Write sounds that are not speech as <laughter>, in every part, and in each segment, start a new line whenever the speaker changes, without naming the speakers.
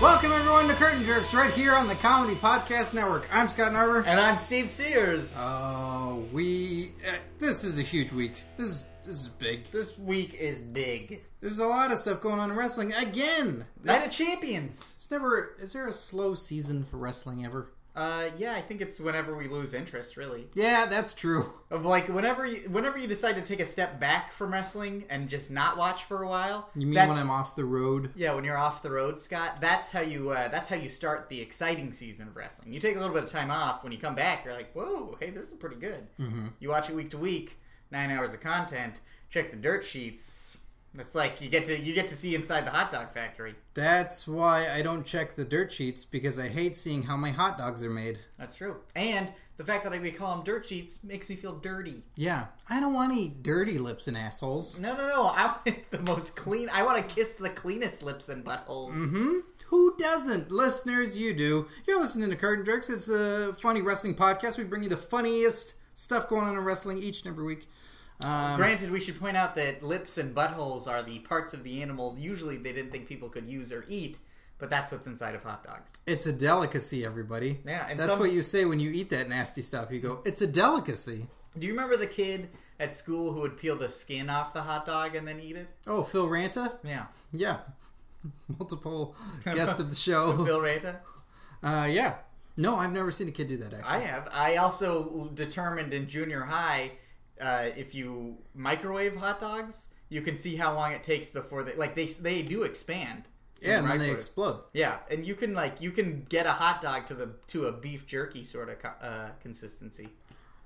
Welcome everyone to Curtain Jerks, right here on the Comedy Podcast Network. I'm Scott Narver.
And I'm Steve Sears.
Oh, we. Uh, this is a huge week. This is this is big.
this week is big.
There's a lot of stuff going on in wrestling again.
Night
That's,
of Champions.
it's never. Is there a slow season for wrestling ever?
Uh, yeah, I think it's whenever we lose interest, really.
Yeah, that's true.
Of like whenever you, whenever you decide to take a step back from wrestling and just not watch for a while.
You mean
that's-
when I'm off the road?
Yeah, when you're off the road, Scott. That's how you. Uh, that's how you start the exciting season of wrestling. You take a little bit of time off. When you come back, you're like, "Whoa, hey, this is pretty good." Mm-hmm. You watch it week to week, nine hours of content. Check the dirt sheets. It's like you get to you get to see inside the hot dog factory.
That's why I don't check the dirt sheets because I hate seeing how my hot dogs are made.
That's true. And the fact that we call them dirt sheets makes me feel dirty.
Yeah, I don't want any dirty lips and assholes.
No, no, no. I <laughs> want the most clean. I want to kiss the cleanest lips and buttholes.
Mm-hmm. Hmm? Who doesn't? Listeners, you do. You're listening to Curtain Jerks. It's the funny wrestling podcast. We bring you the funniest stuff going on in wrestling each and every week. Um,
Granted, we should point out that lips and buttholes are the parts of the animal usually they didn't think people could use or eat, but that's what's inside of hot dogs.
it's a delicacy, everybody.
Yeah, and
That's
some-
what you say when you eat that nasty stuff. You go, it's a delicacy.
Do you remember the kid at school who would peel the skin off the hot dog and then eat it?
Oh, Phil Ranta?
Yeah.
Yeah. <laughs> Multiple guest of the show.
<laughs> Phil Ranta?
Uh, yeah. No, I've never seen a kid do that, actually.
I have. I also determined in junior high, uh, if you microwave hot dogs, you can see how long it takes before they like they they do expand. in
yeah,
the
and then they
microwave.
explode.
Yeah, and you can like you can get a hot dog to the to a beef jerky sort of co- uh, consistency.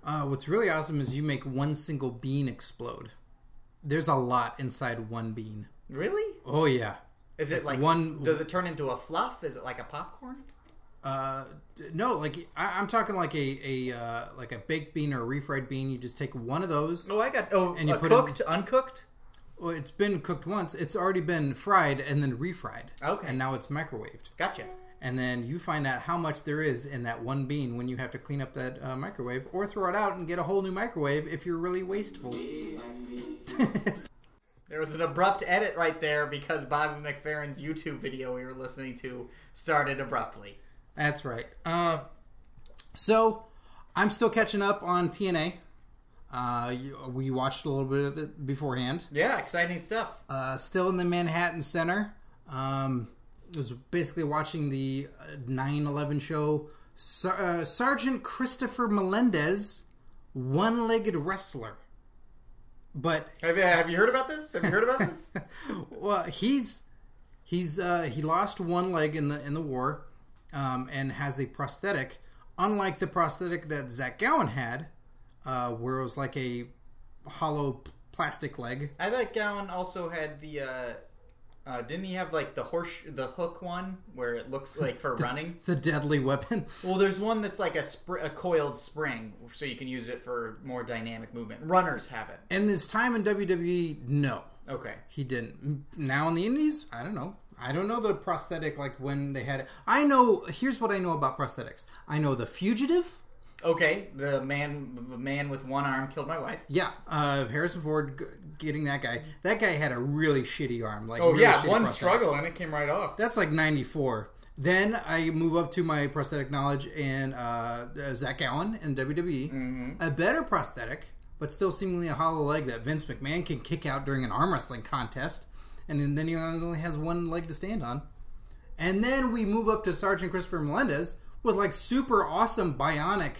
Uh, what's really awesome is you make one single bean explode. There's a lot inside one bean.
Really?
Oh, yeah.
Is it like
One-
Does it turn into a fluff? Is it like a popcorn?
Uh, d- no, like I, I'm talking like a a uh, like a baked bean or a refried bean. You just take one of those.
Oh, I got oh,
And you
uh,
put it in-
cooked, uncooked.
Well, it's been cooked once. It's already been fried and then refried.
Okay.
And now it's microwaved.
Gotcha.
And then you find out how much there is in that one bean when you have to clean up that uh, microwave or throw it out and get a whole new microwave if you're really wasteful. <laughs>
There was an abrupt edit right there because Bobby McFerrin's YouTube video we were listening to started abruptly.
That's right. Uh, so I'm still catching up on TNA. Uh, you, we watched a little bit of it beforehand.
Yeah, exciting stuff.
uh, still in the Manhattan Center. Um, it was basically watching the 9 11 show. Sar- uh, Sergeant Christopher Melendez, one legged wrestler. But
Have you, have you heard about this? Have you heard about this?
well, he's he's uh, he lost one leg in the in the war, um, and has a prosthetic. Unlike the prosthetic that Zach Gowen had, uh, where it was like a hollow p- plastic leg.
I thought Gowan also had the. Uh, uh, didn't he have like the horse, the hook one where it looks like for running?
The deadly weapon.
Well, there's one that's like a spr- a coiled spring, so you can use it for more dynamic movement. Runners have it.
And this time in WWE, no,
Okay.
he didn't. Now in the Indies, I don't know. I don't know the prosthetic like when they had it. I know. Here's what I know about prosthetics. I know the Fugitive.
Okay. The man, the man with one arm killed my wife.
Yeah, uh, Harrison Ford g- getting that guy. That guy had a really shitty arm. Like,
Oh
really
yeah,
shitty
one
prosthetics.
struggle and it came right off.
That's like '94. Then I move up to my prosthetic knowledge and uh, uh, Zach Allen in WWE, a better prosthetic, but still seemingly a hollow leg that Vince McMahon can kick out during an arm wrestling contest, and then he only has one leg to stand on. And then we move up to Sergeant Christopher Melendez with like super awesome bionic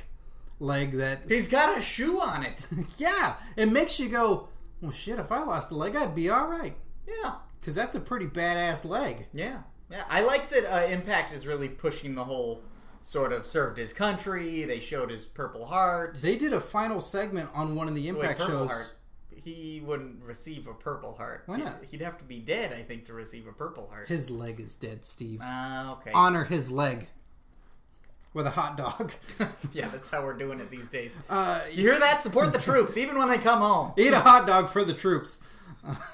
leg that
He's got a shoe on it.
yeah, it makes you go, well, shit, if I lost a leg, I'd be all right.
yeah.
Because that's a pretty badass leg.
Yeah. Yeah. I like that uh, Impact is really pushing the whole sort of served his country. They showed his Purple Heart.
They did a final segment on one of the
Wait,
Impact
Purple
shows.
Heart. He wouldn't receive a Purple Heart.
Why not?
He'd have to be dead, I think, to receive a Purple Heart.
His leg is dead, Steve.
Ah, okay.
Honor his leg with a hot dog.
<laughs> yeah, that's how we're doing it these days.
Uh,
You hear that? Support the troops, even when they
<laughs>
come home.
eat a hot dog for the troops. <laughs>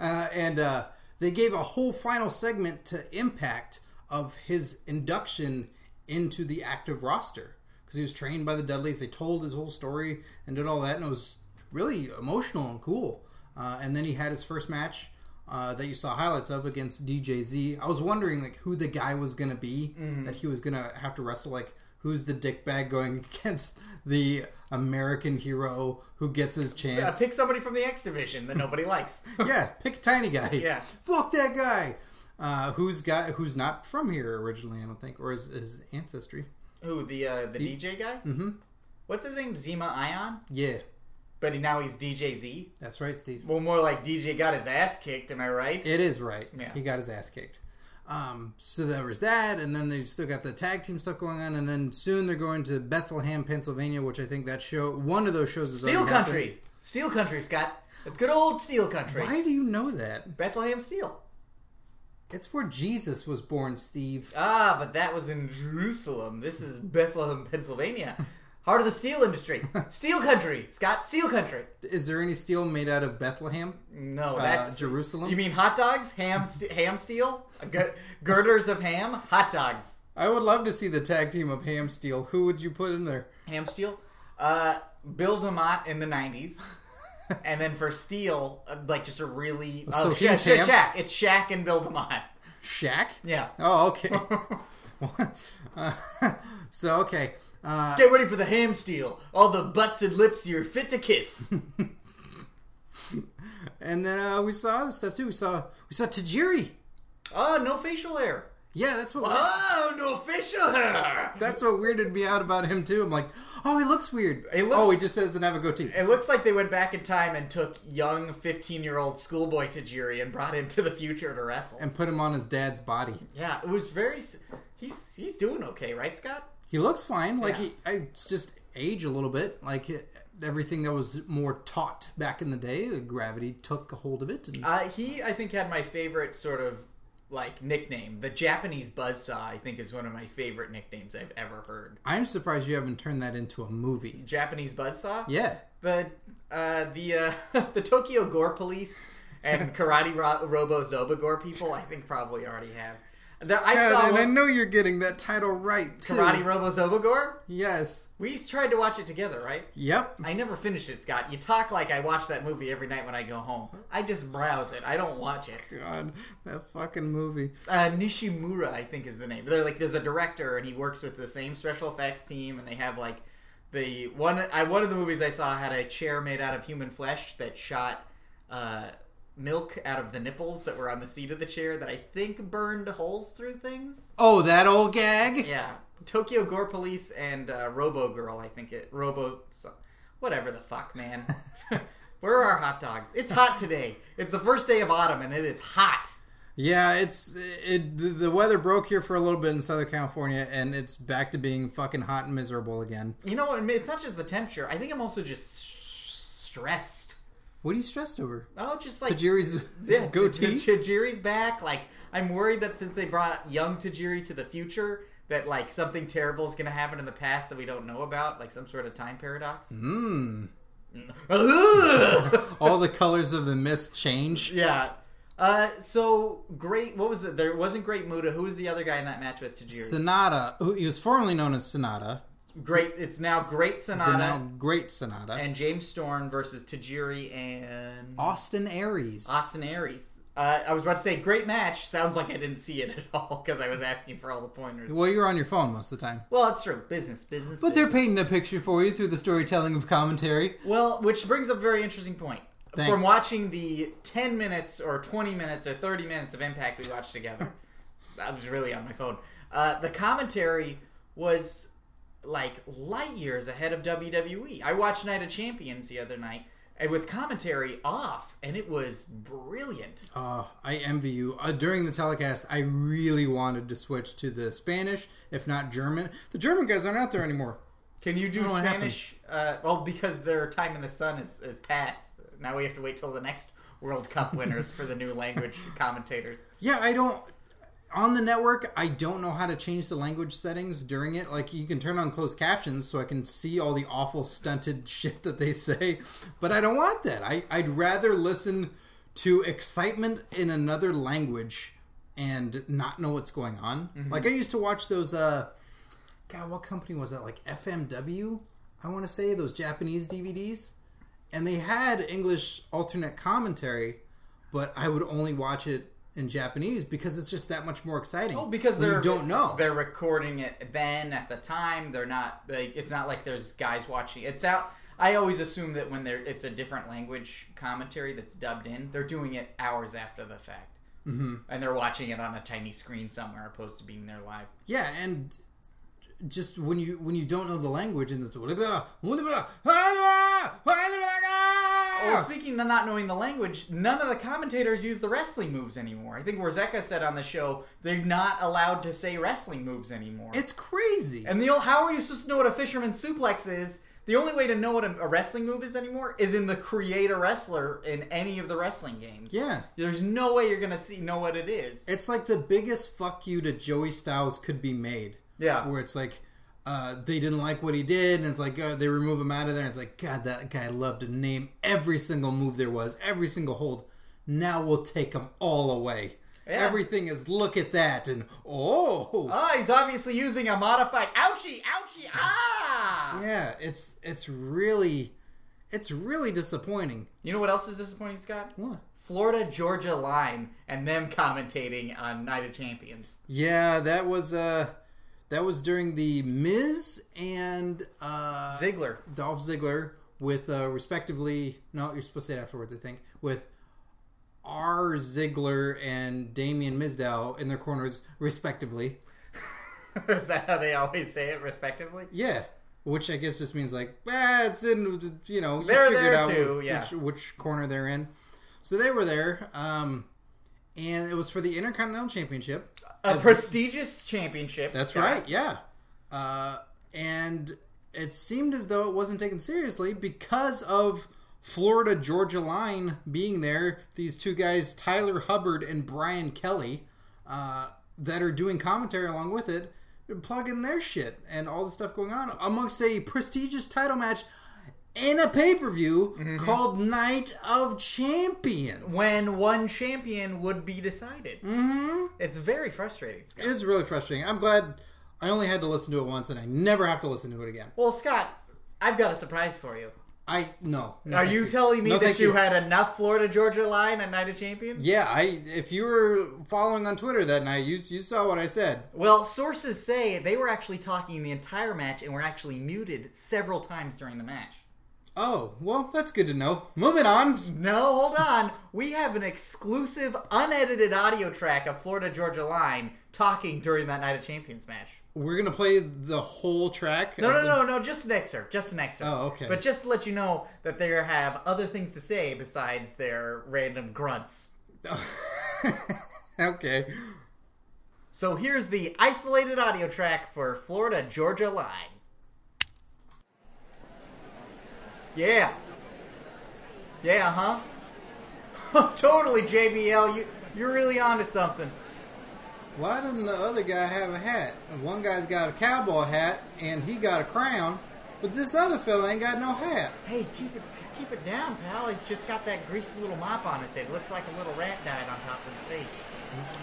uh, and uh, they gave a whole final segment to Impact of his induction into the active roster because he was trained by the Dudleys. They told his whole story and did all that, and it was really emotional and cool. Uh, and then he had his first match uh, that you saw highlights of against DJZ. I was wondering like who the guy was gonna be that he was gonna have to wrestle. Like who's the dickbag going <laughs> against the American hero who gets his
Uh, <laughs>
chance?
pick somebody from the X division that
<laughs>
nobody likes. <laughs>
yeah, pick a tiny guy.
Yeah.
fuck that guy. Uh, who's guy? Who's not from here originally? I don't think, or his, his ancestry.
Who the uh, the DJ guy?
Mm-hmm.
What's his name? Zima Ion,
Yeah,
but he- now he's DJ Z.
that's right, Steve.
Well, more like DJ got his ass kicked. Am I right?
It is right.
Yeah.
He got his ass kicked. Um, so there was that, and then they still got the tag team stuff going on, and then soon they're going to Bethlehem, Pennsylvania, which I think that show, one of those shows is
Steel
already happened.
Country. Steel Country, Scott. It's good old Steel Country.
Why do you know that?
Bethlehem Steel.
It's where Jesus was born, Steve.
Ah, but that was in Jerusalem.
<laughs>
This is Bethlehem, Pennsylvania. Heart of the steel industry. Steel Country, Scott. Steel Country.
Is there any steel made out of Bethlehem?
No,
Uh,
that's
Jerusalem?
You mean hot dogs,
<laughs>
ham, st- ham steel, A gi- girders of ham, hot dogs,
I would love to see the tag team of Ham Steel. Who would you put in there?
ham steel. Uh, Bill Demott in the
<laughs>
'90s, and then for steel, uh, like just a really uh,
So
Sha-
he's
Sha-
ham?
Shaq. It's Shaq and Bill Demott.
Shaq?
Yeah.
Oh,
<laughs>
okay. <laughs> Uh, so, okay. Uh,
Get ready for the ham steel. All the butts and lips you're fit to kiss. <laughs>
and then uh, we saw other stuff too. We saw we saw Tajiri.
oh, no facial hair.
Yeah, that's what.
Oh, no facial hair.
That's what weirded me out about him too. I'm like, oh, he looks weird.
He looks-
oh, he just doesn't have a goatee.
It looks like they went back in time and took young 15 year old schoolboy Tajiri and brought him to the future to wrestle.
And put him on his dad's body.
Yeah, it was very. s- He's he's doing okay, right, Scott?
He looks fine. Like
Yeah.
he, I, it's just age a little bit. Like it, everything that was more taught back in the day, gravity took a hold of it. And,
Uh, he, I think, had my favorite sort of like nickname. The Japanese buzzsaw, I think, is one of my favorite nicknames I've ever heard.
I'm surprised you haven't turned that into a movie.
Japanese buzzsaw.
Yeah,
But uh, the uh, <laughs> the Tokyo Gore Police and Karate Ro- Robo Zobagore people, I think, probably already have. The, I
God,
saw
and I
one,
know you're getting that title right. Too.
Karate Robo Zobagore.
Yes.
We tried to watch it together, right?
Yep.
I never finished it, Scott. You talk like I watch that movie every night when I go home. I just browse it. I don't watch it.
God, that fucking movie.
Uh, Nishimura, I think, is the name. They're like, there's a director, and he works with the same special effects team, and they have like the one. I one of the movies I saw had a chair made out of human flesh that shot uh, milk out of the nipples that were on the seat of the chair that I think burned holes through things.
Oh, that old gag.
Yeah, Tokyo Gore Police and uh, Robo Girl, I think it Robo, so- whatever the fuck, man. Where are our hot dogs? It's hot today. It's the first day of autumn, and it is hot.
Yeah, it's it. the- The weather broke here for a little bit in Southern California, and it's back to being fucking hot and miserable again.
You know what? I mean, It's not just the temperature. I think I'm also just s- stressed.
What are you stressed over?
Oh, just like
Tajiri's
<laughs> yeah,
goatee.
T- Tajiri's back. Like I'm worried that since they brought young Tajiri to the future, that like something terrible is going to happen in the past that we don't know about, like some sort of time paradox.
Mmm.
Ugh!
All the colors of the mist change.
<laughs> yeah. Uh, so great. What was it? There wasn't great Muda. Who was the other guy in that match with Tajiri?
Sonata, who he was formerly known as Sonata,
great. It's now Great
the
Sonata
now great Sonata,
Uh, and James Storm versus Tajiri and
Austin Aries.
Austin Aries. Uh, I was about to say great match. Sounds like I didn't see it at <laughs> all because I was asking for all the pointers.
Well, you're on your phone most of the time.
Well, it's true. Business, business.
But they're
business.
painting the picture for you through the storytelling of commentary.
well, which brings up a very interesting point. From
Thanks.
watching the ten minutes or twenty minutes or thirty minutes of Impact we watched together, <laughs> I was really on my phone. Uh, the commentary was like light years ahead of WWE. I watched Night of Champions the other night, and with commentary off, and it was brilliant.
Uh, I envy you. Uh, during the telecast, I really wanted to switch to the Spanish, if not German. The German guys aren't out there anymore.
Can you do
know what
Spanish? Uh, well, because their time in the sun is, is past. Now we have to wait till the next World <laughs> Cup winners for the new language commentators.
Yeah, I don't. On the network, I don't know how to change the language settings during it. Like, you can turn on closed captions so I can see all the awful, stunted <laughs> shit that they say, but I don't want that. I, I'd rather listen to excitement in another language and not know what's going on.
Mm-hmm.
Like, I used to watch those, uh, God, what company was that? Like, FMW, I want to say, those Japanese DVDs. And they had English alternate commentary, but I would only watch it in Japanese because it's just that much more exciting.
Oh, because
when
they're
you don't know.
They're recording it then at the time. They're not like it's not like there's guys watching. It's out. I always assume that when they're it's a different language commentary that's dubbed in, they're doing it hours after the fact, mm-hmm. and they're watching it on a tiny screen somewhere, opposed to being there live.
Yeah, and just when you when you don't know the language and it's oh,
Well, Oh, speaking of not knowing the language, none of the commentators use the wrestling moves anymore. I think Rozeka said on the show they're not allowed to say wrestling moves anymore.
it's crazy.
And the old, how are you supposed to know what a fisherman suplex is? The only way to know what a, a wrestling move is anymore is in the create a wrestler in any of the wrestling games.
yeah.
There's no way you're gonna see know what it is.
It's like the biggest fuck you to Joey Styles could be made.
Yeah.
Where it's like uh, they didn't like what he did, and it's like uh, they remove him out of there, and it's like God, that guy loved to name every single move there was, every single hold. Now we'll take them all away.
Yeah.
Everything is look at that, and oh,
Ah, he's obviously using a modified ouchie, ouchie, ah.
yeah, it's it's really, it's really disappointing.
You know what else is disappointing, Scott?
What?
Florida Georgia line and them commentating on Night of Champions.
Yeah, that was uh, that was during the Miz and uh,
Ziggler.
Dolph Ziggler with uh, respectively. No, you're supposed to say it afterwards. I think with R. Ziggler and Damian Mizdow in their corners respectively.
<laughs> is that how they always say it, respectively?
Yeah, which I guess just means like, ah, it's in. You know, you
They're
figured
there
out
too,
which,
yeah.
which corner they're in. So they were there, um, and it was for the Intercontinental Championship.
A
As-
prestigious championship.
That's
Scott.
right. Yeah. Uh, and it seemed as though it wasn't taken seriously because of Florida Georgia Line being there. These two guys, Tyler Hubbard and Brian Kelly, uh, that are doing commentary along with it, plug in their shit and all the stuff going on amongst a prestigious title match. In a pay per view called Night of Champions.
when one champion would be decided. Mm-hmm. It's very frustrating, Scott.
it is really frustrating. I'm glad I only had to listen to it once and I never have to listen to it again.
well, Scott, I've got a surprise for you.
I no. no
Are
thank
you telling me
No,
that
thank
you, had enough Florida Georgia line on Night of Champions?
Yeah, I if you were following on Twitter that night, you you saw what I said.
Well, sources say they were actually talking the entire match and were actually muted several times during the match.
Oh, well, that's good to know. Moving on. <laughs>
No, hold on. We have an exclusive, unedited audio track of Florida Georgia Line talking during that Night of Champions match.
We're gonna play the whole track.
No,
of
no,
the-
no, no, just an excerpt. Just an excerpt.
Oh, okay.
But just to let you know that they have other things to say besides their random grunts.
<laughs> okay.
So here's the isolated audio track for Florida Georgia Line. Yeah. <laughs> Yeah, huh? totally, JBL. You, you're really onto something.
Why doesn't the other guy have a hat? One guy's got a cowboy hat and he got a crown, but this other fella ain't got no hat.
Hey, keep it, keep it down, pal. He's just got that greasy little mop on his head. Looks like a little rat died on top of his face.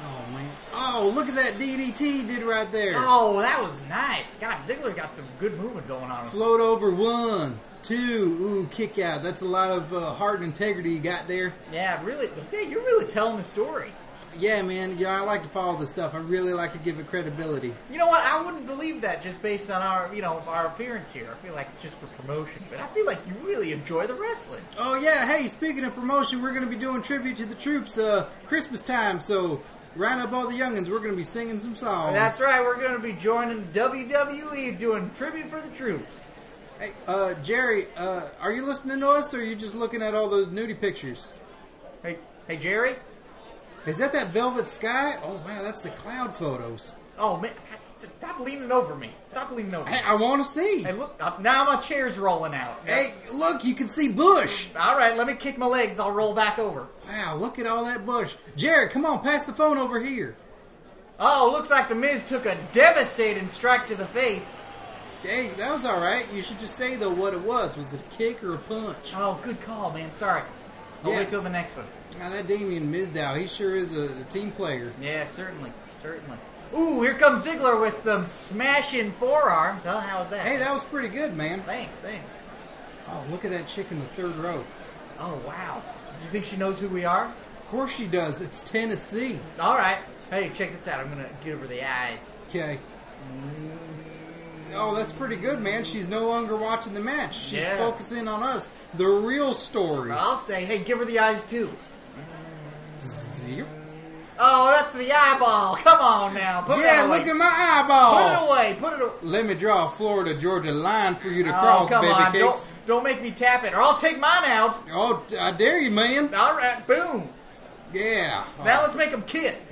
Oh man. Oh, look at that DDT did right there.
Oh, that was nice. Scott Ziggler got some good movement going on.
Float over one, two, ooh, kick out. That's a lot of uh, heart and integrity you got there.
Yeah, really. Yeah, you're really telling the story.
Yeah, man. You know, I like to follow this stuff. I really like to give it credibility.
You know what? I wouldn't believe that just based on our, you know, our appearance here. I feel like just for promotion, but I feel like you really enjoy the wrestling.
Oh yeah, hey, speaking of promotion, we're gonna be doing tribute to the troops uh Christmas time, so round up all the youngins, we're gonna be singing some songs.
That's right. We're going to be joining WWE, E doing tribute for the troops.
Hey, uh Jerry, uh are you listening to us or are you just looking at all those nudie pictures?
Hey, hey, Jerry.
Is that that velvet sky? Oh wow, that's the cloud photos.
Oh man, stop leaning over me. Stop leaning over.
Hey,
me.
I wanna see.
Hey, look up now. My chair's rolling out.
Hey, look, you can see bush.
All right, let me kick my legs. I'll roll back over.
Wow, look at all that bush. Jerry, come on, pass the phone over here.
Oh, looks like the Miz took a devastating strike to the face.
Hey, that was all right. You should just say though what it was. Was it a kick or a punch?
Oh, good call, man. Sorry. I'll
Yeah.
wait till the next one.
Now that Damian Mizdow, he sure is a, a team player.
Yeah, certainly, certainly. Ooh, here comes Ziggler with some smashing forearms. Oh, how's that?
Hey, that was pretty good, man.
Thanks, thanks.
Oh, look at that chick in the third row.
Oh, wow. Do you think she knows who we are?
Of course she does. It's Tennessee.
All right. Hey, check this out. I'm gonna give her the eyes.
Okay. Oh, that's pretty good, man. She's no longer watching the match. She's
Yeah. Uh,
focusing on us, the real story.
I'll say, hey, give her the eyes too.
Zip.
Oh, that's the eyeball. <laughs> Come on now. Put
Yeah,
that away.
look at my eyeball.
Put it away. Put it away.
Let me draw a Florida Georgia line for you to
Oh,
cross,
come
baby
on.
cakes.
Don't, don't make me tap it, or I'll take mine out.
Oh, I dare you, man.
All right, boom.
Yeah.
Now let's make them kiss.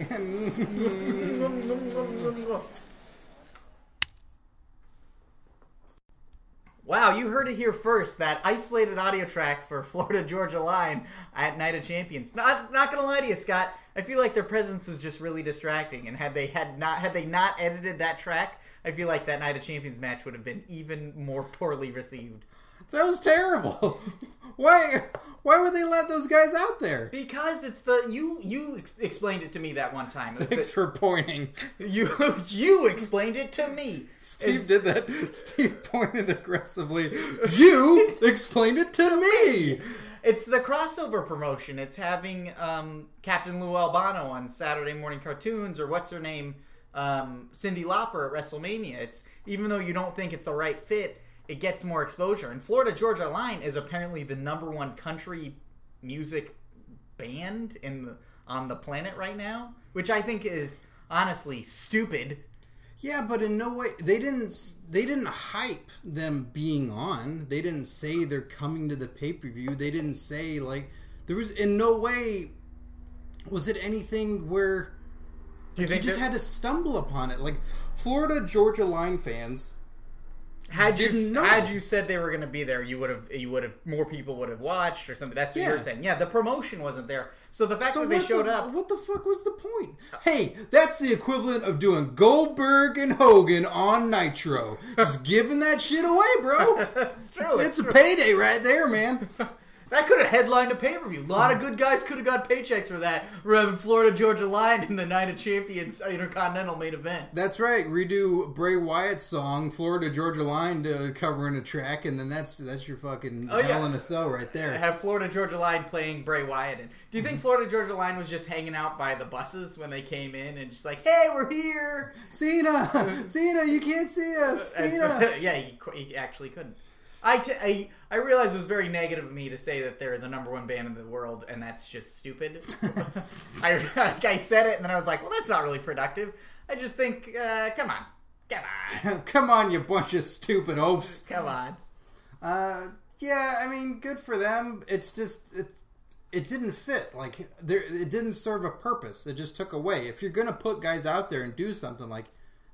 wow, you heard it here first. That isolated audio track for Florida Georgia Line at Night of Champions. Not, not gonna lie to you, Scott. I feel like their presence was just really distracting, and had they had not had they not edited that track, I feel like that Night of Champions match would have been even more poorly received.
That was terrible. <laughs> why? Why would they let those guys out there?
Because it's the you you ex- explained it to me that one time.
<laughs>
It's
Thanks for pointing.
the- you <laughs> you explained it to me.
Steve did that. Steve pointed aggressively. You explained it to me.
It's the crossover promotion. It's having um, Captain Lou Albano on Saturday morning cartoons, or what's her name, um, Cindy Lauper at WrestleMania. It's even though you don't think it's the right fit, it gets more exposure. And Florida Georgia Line is apparently the number one country music band in the, on the planet right now, which I think is honestly stupid.
Yeah, but in no way they didn't. s- They didn't hype them being on. They didn't say they're coming to the pay per view. They didn't say like there was in no way was it anything where
You
you
think
just
that-
had to stumble upon it. Like Florida Georgia Line fans
had you
didn't know.
had you said they were going to be there, you would have you would have more people would have watched or something. That's what you were
Yeah.
saying. Yeah, the promotion wasn't there, so the fact
So
that they
what
showed
the,
up.
What the fuck was the point? Hey, that's the equivalent of doing Goldberg and Hogan on Nitro. Just giving that shit away, bro.
<laughs> It's true.
It's a payday right there, man.
that could have headlined a pay per view. A lot of good guys could have got paychecks for that. Rev Florida Georgia Line in the Night of Champions uh, Intercontinental main event.
That's right. Redo Bray Wyatt's song "Florida Georgia Line" to covering a track, and then that's that's your fucking
Oh, yeah.
hell in a cell right
<laughs>
there.
Have Florida Georgia Line playing Bray Wyatt. in. Do you think Florida Georgia Line was just hanging out by the buses when they came in and just like, hey, we're here?
Cena, Cena, you can't see us,
As-
Cena.
<laughs> yeah, he, qu- he actually couldn't. I, t- I, I realize it was very negative of me to say that they're the number one band in the world, and that's just stupid.
<laughs>
I, like, I said it, and then I was like, well, that's not really productive. I just think, uh, come on. Come
<laughs>
on.
Come on, you bunch of stupid oafs.
Come on.
Uh, yeah, I mean, good for them. It's just it's it didn't fit. Like there, it didn't serve a purpose. It just took away. If you're gonna put guys out there and do something, like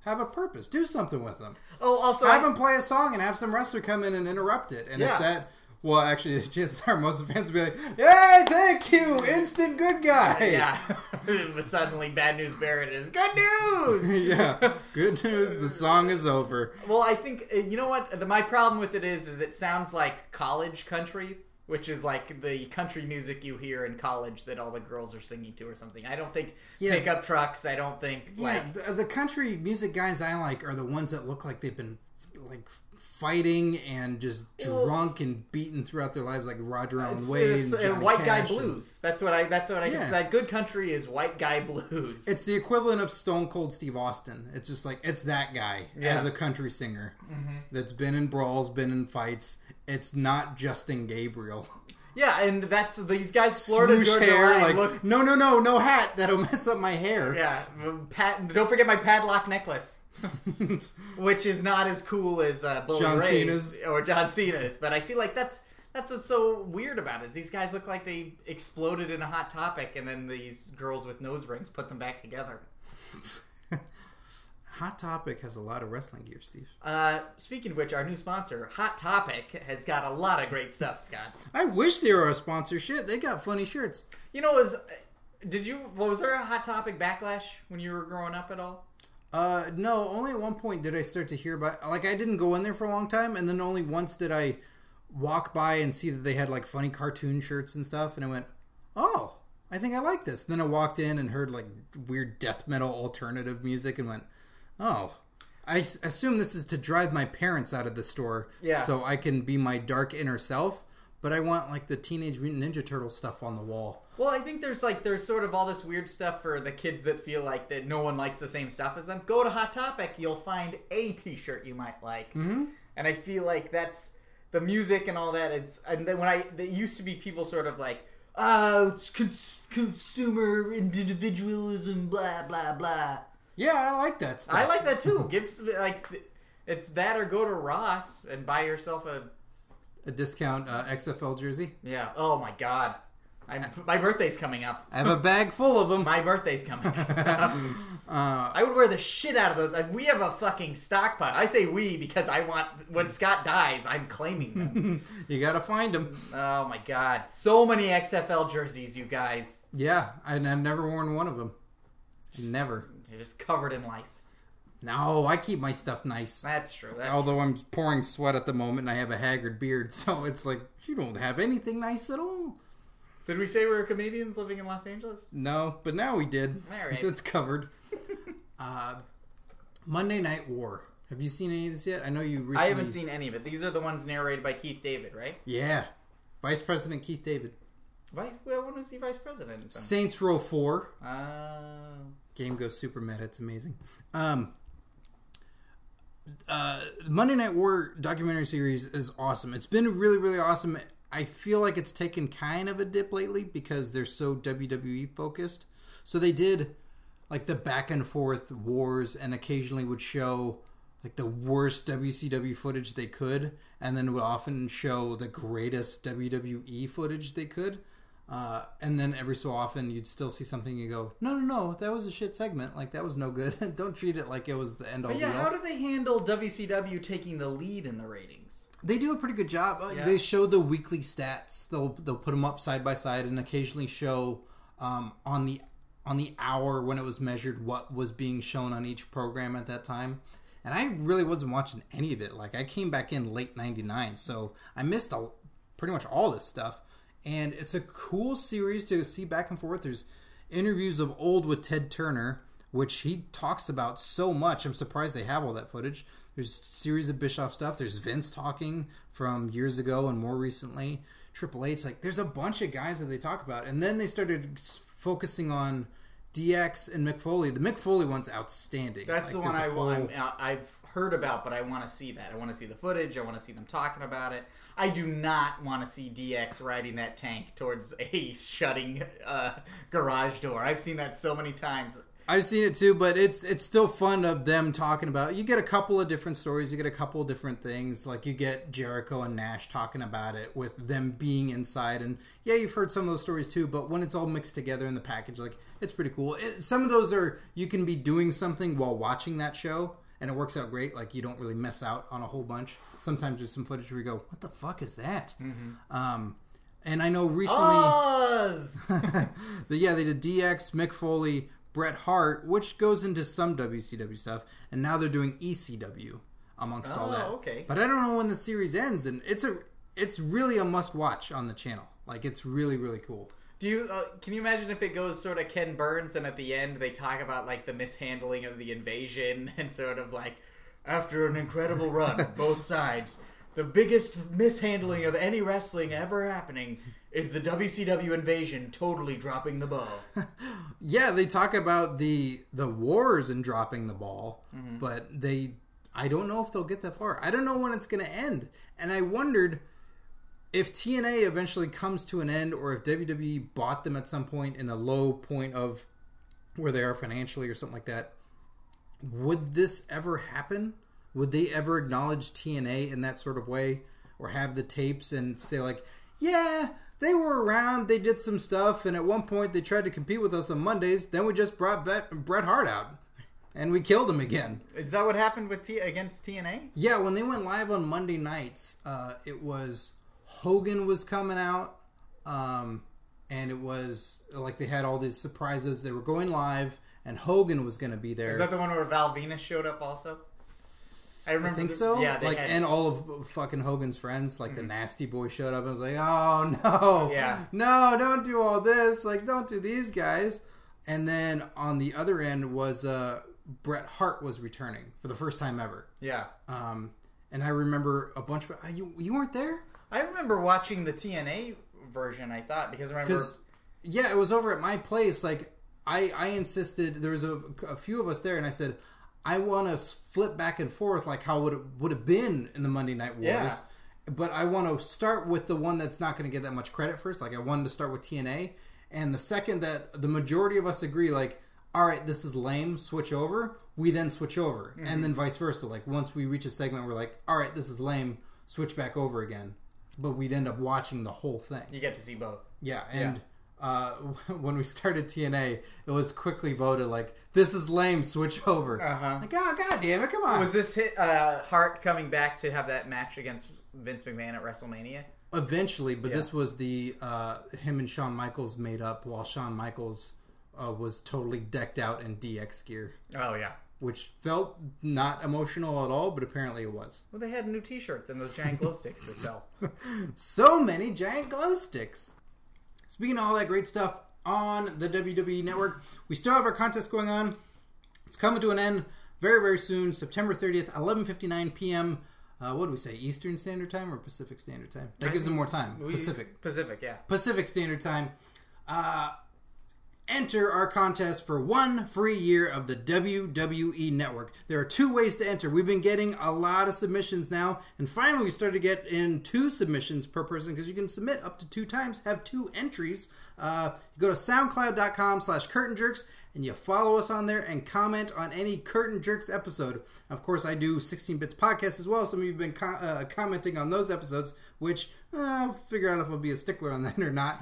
have a purpose, do something with them.
Oh, also,
Have
I,
them play a song and have some wrestler come in and interrupt it. And
Yeah.
if that. Well, actually, <laughs> chances are most fans will be like, "Yay, thank you, instant good <laughs> guy."
<laughs> yeah. but <laughs> suddenly, Bad News Barrett is
<laughs>
good news.
yeah. Good news, the song is over.
Well, I think uh, you know what the, my problem with it is is it sounds like college country, which is like the country music you hear in college that all the girls are singing to or something. I don't think
Yeah.
pickup trucks. I don't think
Yeah,
like
the, the country music guys I like are the ones that look like they've been like fighting and just drunk and beaten throughout their lives, like Roger Allen Wade
it's,
and
uh,
Johnny
white guy
Cash and-
blues. That's what I. That's what I.
Yeah.
That good country is white guy <laughs> blues.
it's the equivalent of Stone Cold Steve Austin. It's just like it's that guy
Yeah. Mm-hmm.
as a country singer that's been in brawls, been in fights. It's not Justin Gabriel.
yeah, and that's these guys. <laughs> Florida
Swoosh
Georgia
hair,
Line
like
look.
no, no, no, no hat. That'll <laughs> mess up my hair.
Yeah, pat, don't forget my padlock necklace. which is not as cool as uh, Bully
John
Ray's
Cena's.
or John Cena's. But I feel like that's that's what's so weird about it. These guys look like they exploded in a hot topic, and then these girls with nose rings put them back together.
<laughs> Hot Topic has a lot of wrestling gear, Steve.
Uh, speaking of which, our new sponsor, Hot Topic, has got a lot of great stuff, Scott.
I wish they were a sponsor. Shit, they got funny shirts.
You know, was did you was there a Hot Topic backlash when you were growing up at all?
Uh, no, only at one point did I start to hear about. Like, I didn't go in there for a long time, and then only once did I walk by and see that they had like funny cartoon shirts and stuff, and I went, "Oh, I think I like this." Then I walked in and heard like weird death metal alternative music, and went, "Oh." I s- assume this is to drive my parents out of the store
Yeah.
so I can be my dark inner self, but I want like the Teenage Mutant Ninja Turtle stuff on the wall.
Well, I think there's like there's sort of all this weird stuff for the kids that feel like that no one likes the same stuff as them. Go to Hot Topic, you'll find a T-shirt you might like, mm-hmm. and I feel like that's the music and all that. It's and then when I it used to be people sort of like oh it's cons- consumer individualism blah blah blah.
Yeah, I like that stuff.
I like that too. Give some, like it's that or go to Ross and buy yourself a
a discount uh, XFL jersey.
yeah. Oh my god. I'm, my birthday's coming up.
I have a bag full of them.
My birthday's coming. up.
<laughs> Uh,
I would wear the shit out of those. Like, we have a fucking stockpile. I say we because I want when Scott dies, I'm claiming
<laughs>
them.
you gotta find them.
oh my god, so many XFL jerseys, you guys.
Yeah, and I've never worn one of them. Never.
They're just covered in lice.
No, I keep my stuff nice.
That's true. That's
Although I'm pouring sweat at the moment and I have a haggard beard, <laughs> so it's like you don't have anything nice at all.
Did we say we were comedians living in Los Angeles?
No, but now we did.
All
<laughs>
right.
It's covered. uh, Monday Night War. Have you seen any of this yet? I know you recently.
I haven't seen any of it. These are the ones narrated by Keith David, right?
Yeah, Vice President Keith David.
Right? Well, when was he vice president? Oh. in some-
Saints Row Four.
Uh,
Game goes super meta. It's amazing. Um, uh, Monday Night War documentary series is awesome. It's been really, really awesome. I feel like it's taken kind of a dip lately because they're so WWE focused. So they did like the back and forth wars and occasionally would show like the worst WCW footage they could and then would often show the greatest WWE footage they could. Uh, and then every so often you'd still see something you go, no, no, no, that was a shit segment. Like that was no good. <laughs> Don't treat it like it was the end all.
yeah,
be all.
how do they handle WCW taking the lead in the ratings?
They do a pretty good job. Uh,
Yeah.
They show the weekly stats. They'll they'll put them up side by side and occasionally show um, on the on the hour when it was measured what was being shown on each program at that time. And I really wasn't watching any of it. Like I came back in late '99, so I missed a, pretty much all this stuff. And it's a cool series to see back and forth. There's interviews of old with Ted Turner, which he talks about so much. I'm surprised they have all that footage. There's a series of Bischoff stuff. There's Vince talking from years ago and more recently. Triple H, like, there's a bunch of guys that they talk about. And then they started s- focusing on DX and Mick Foley. The Mick Foley one's outstanding.
That's
Like,
the one
there's a
I
whole-
want. I've heard about, but I want to see that. I want to see the footage. I want to see them talking about it. I do not want to see DX riding that tank towards a shutting uh, garage door. I've seen that so many times.
I've seen it too, but it's it's still fun of them talking about. You get a couple of different stories, you get a couple of different things. Like you get Jericho and Nash talking about it with them being inside, and yeah, you've heard some of those stories too. But when it's all mixed together in the package, like it's pretty cool. It, some of those are you can be doing something while watching that show, and it works out great. Like you don't really miss out on a whole bunch. Sometimes there's some footage where you go, "What the fuck is that?" Um, and I know recently.
Oh, Buzz!
<laughs> The- yeah, they did DX, Mick Foley, Bret Hart, which goes into some WCW stuff, and now they're doing ECW amongst all
Oh,
that.
okay.
But I don't know when the series ends, and it's a it's really a must watch on the channel. Like it's really really cool.
Do you? Uh, can you imagine if it goes sort of Ken Burns and at the end they talk about like the mishandling of the invasion <laughs> and sort of like after an incredible run,
<laughs>
both sides, the biggest mishandling of any wrestling ever happening is the WCW invasion totally dropping the
<laughs>
ball.
Yeah, they talk about the the wars and dropping the ball, but they I don't know if they'll get that far. I don't know when it's going to end, and I wondered if TNA eventually comes to an end or if WWE bought them at some point in a low point of where they are financially or something like that. Would this ever happen? Would they ever acknowledge TNA in that sort of way or have the tapes and say like, "Yeah, they were around, they did some stuff, and at one point they tried to compete with us on Mondays, then we just brought Bet- Bret Hart out and we killed him again."
Is that what happened with T against TNA?
Yeah, when they went live on Monday nights, uh, it was Hogan was coming out, um, and it was like they had all these surprises. They were going live, and Hogan was going to be there.
Is that the one where Val Venus showed up also? I remember.
I think
the-
so.
Yeah, they
like,
had- Mm-hmm.
and all of fucking Hogan's friends, like the nasty boy showed up and was like, "Oh no,
Yeah.
no, don't do all this. Like, don't do these guys." And then on the other end was uh, Bret Hart was returning for the first time ever.
yeah.
Um, and I remember a bunch of uh, "Ah, you. You weren't there.
I remember watching the TNA version. I thought because I remember
because yeah, it was over at my place. Like I, I insisted. There was a, a few of us there, and I said, I want to flip back and forth like how would it would have been in the Monday Night Wars.
Yeah.
But I want to start with the one that's not going to get that much credit first. Like I wanted to start with TNA, and the second that the majority of us agree, like, all right, this is lame, switch over. We then switch over,
Mm-hmm.
and then vice versa. Like once we reach a segment, we're like, all right, this is lame, switch back over again. But we'd end up watching the whole thing.
you get to see both.
Yeah, and Uh, <laughs> when we started TNA, it was quickly voted like this is lame. Switch over.
Uh-huh.
Like, oh god damn it, come on.
Was this hit, uh, Hart coming back to have that match against Vince McMahon at WrestleMania?
Eventually, but this was the uh, him and Shawn Michaels made up while Shawn Michaels uh, was totally decked out in DX gear,
Oh yeah.
which felt not emotional at all, but apparently it was.
Well, they had new T-shirts and those giant glow sticks they sell.
So many giant glow sticks. Speaking of all that great stuff on the WWE Network, we still have our contest going on. It's coming to an end very, very soon. September 30th, 11.59 p.m. Uh, what do we say? Eastern Standard Time or Pacific Standard Time? That gives them more time. <laughs>
We-
Pacific.
Pacific, yeah.
Pacific Standard Time. Uh, enter our contest for one free year of the WWE Network. There are two ways to enter. We've been getting a lot of submissions now, and finally we started to get in two submissions per person because you can submit up to two times, have two entries. Uh, you go to soundcloud.com slash curtain jerks and you follow us on there and comment on any Curtain Jerks episode. Of course, I do 16 Bits Podcast as well. Some of you have been co- uh, commenting on those episodes, which uh, I'll figure out if I'll be a stickler on that or not.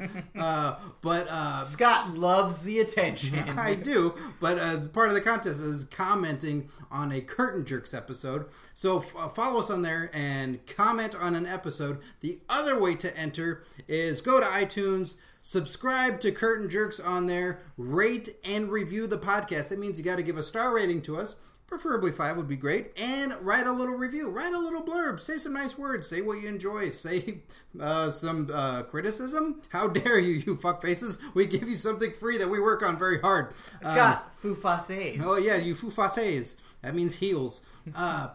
<laughs> uh, but uh,
Scott loves the attention.
<laughs> I do, but uh, part of the contest is commenting on a Curtain Jerks episode. So f- uh, follow us on there and comment on an episode. The other way to enter is go to iTunes, subscribe to Curtain Jerks on there, rate and review the podcast. That means you got to give a star rating to us. Preferably five would be great, and write a little review, write a little blurb, say some nice words, say what you enjoy, say uh, some uh, criticism. How <laughs> dare you, you fuck faces? We give you something free that we work on very hard. Uh,
Scott Foo Fusses.
oh yeah, you fufaces. That means heels. Uh,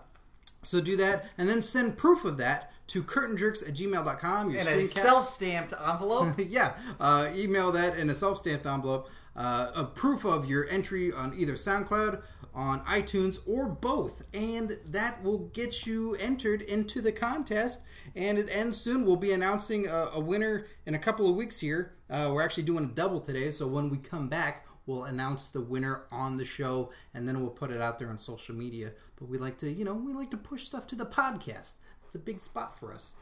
so do that, and then send proof of that to curtainjerks at gmail.com. Your
and
screen
a
caps
self-stamped envelope.
<laughs> yeah, uh, email that in a self-stamped envelope, uh, a proof of your entry on either SoundCloud, on iTunes, or both, and that will get you entered into the contest. And it ends soon. We'll be announcing a, a winner in a couple of weeks here. Uh, we're actually doing a double today, so when we come back. We'll announce the winner on the show, and then we'll put it out there on social media. But we like to, you know, we like to push stuff to the podcast. It's a big spot for us.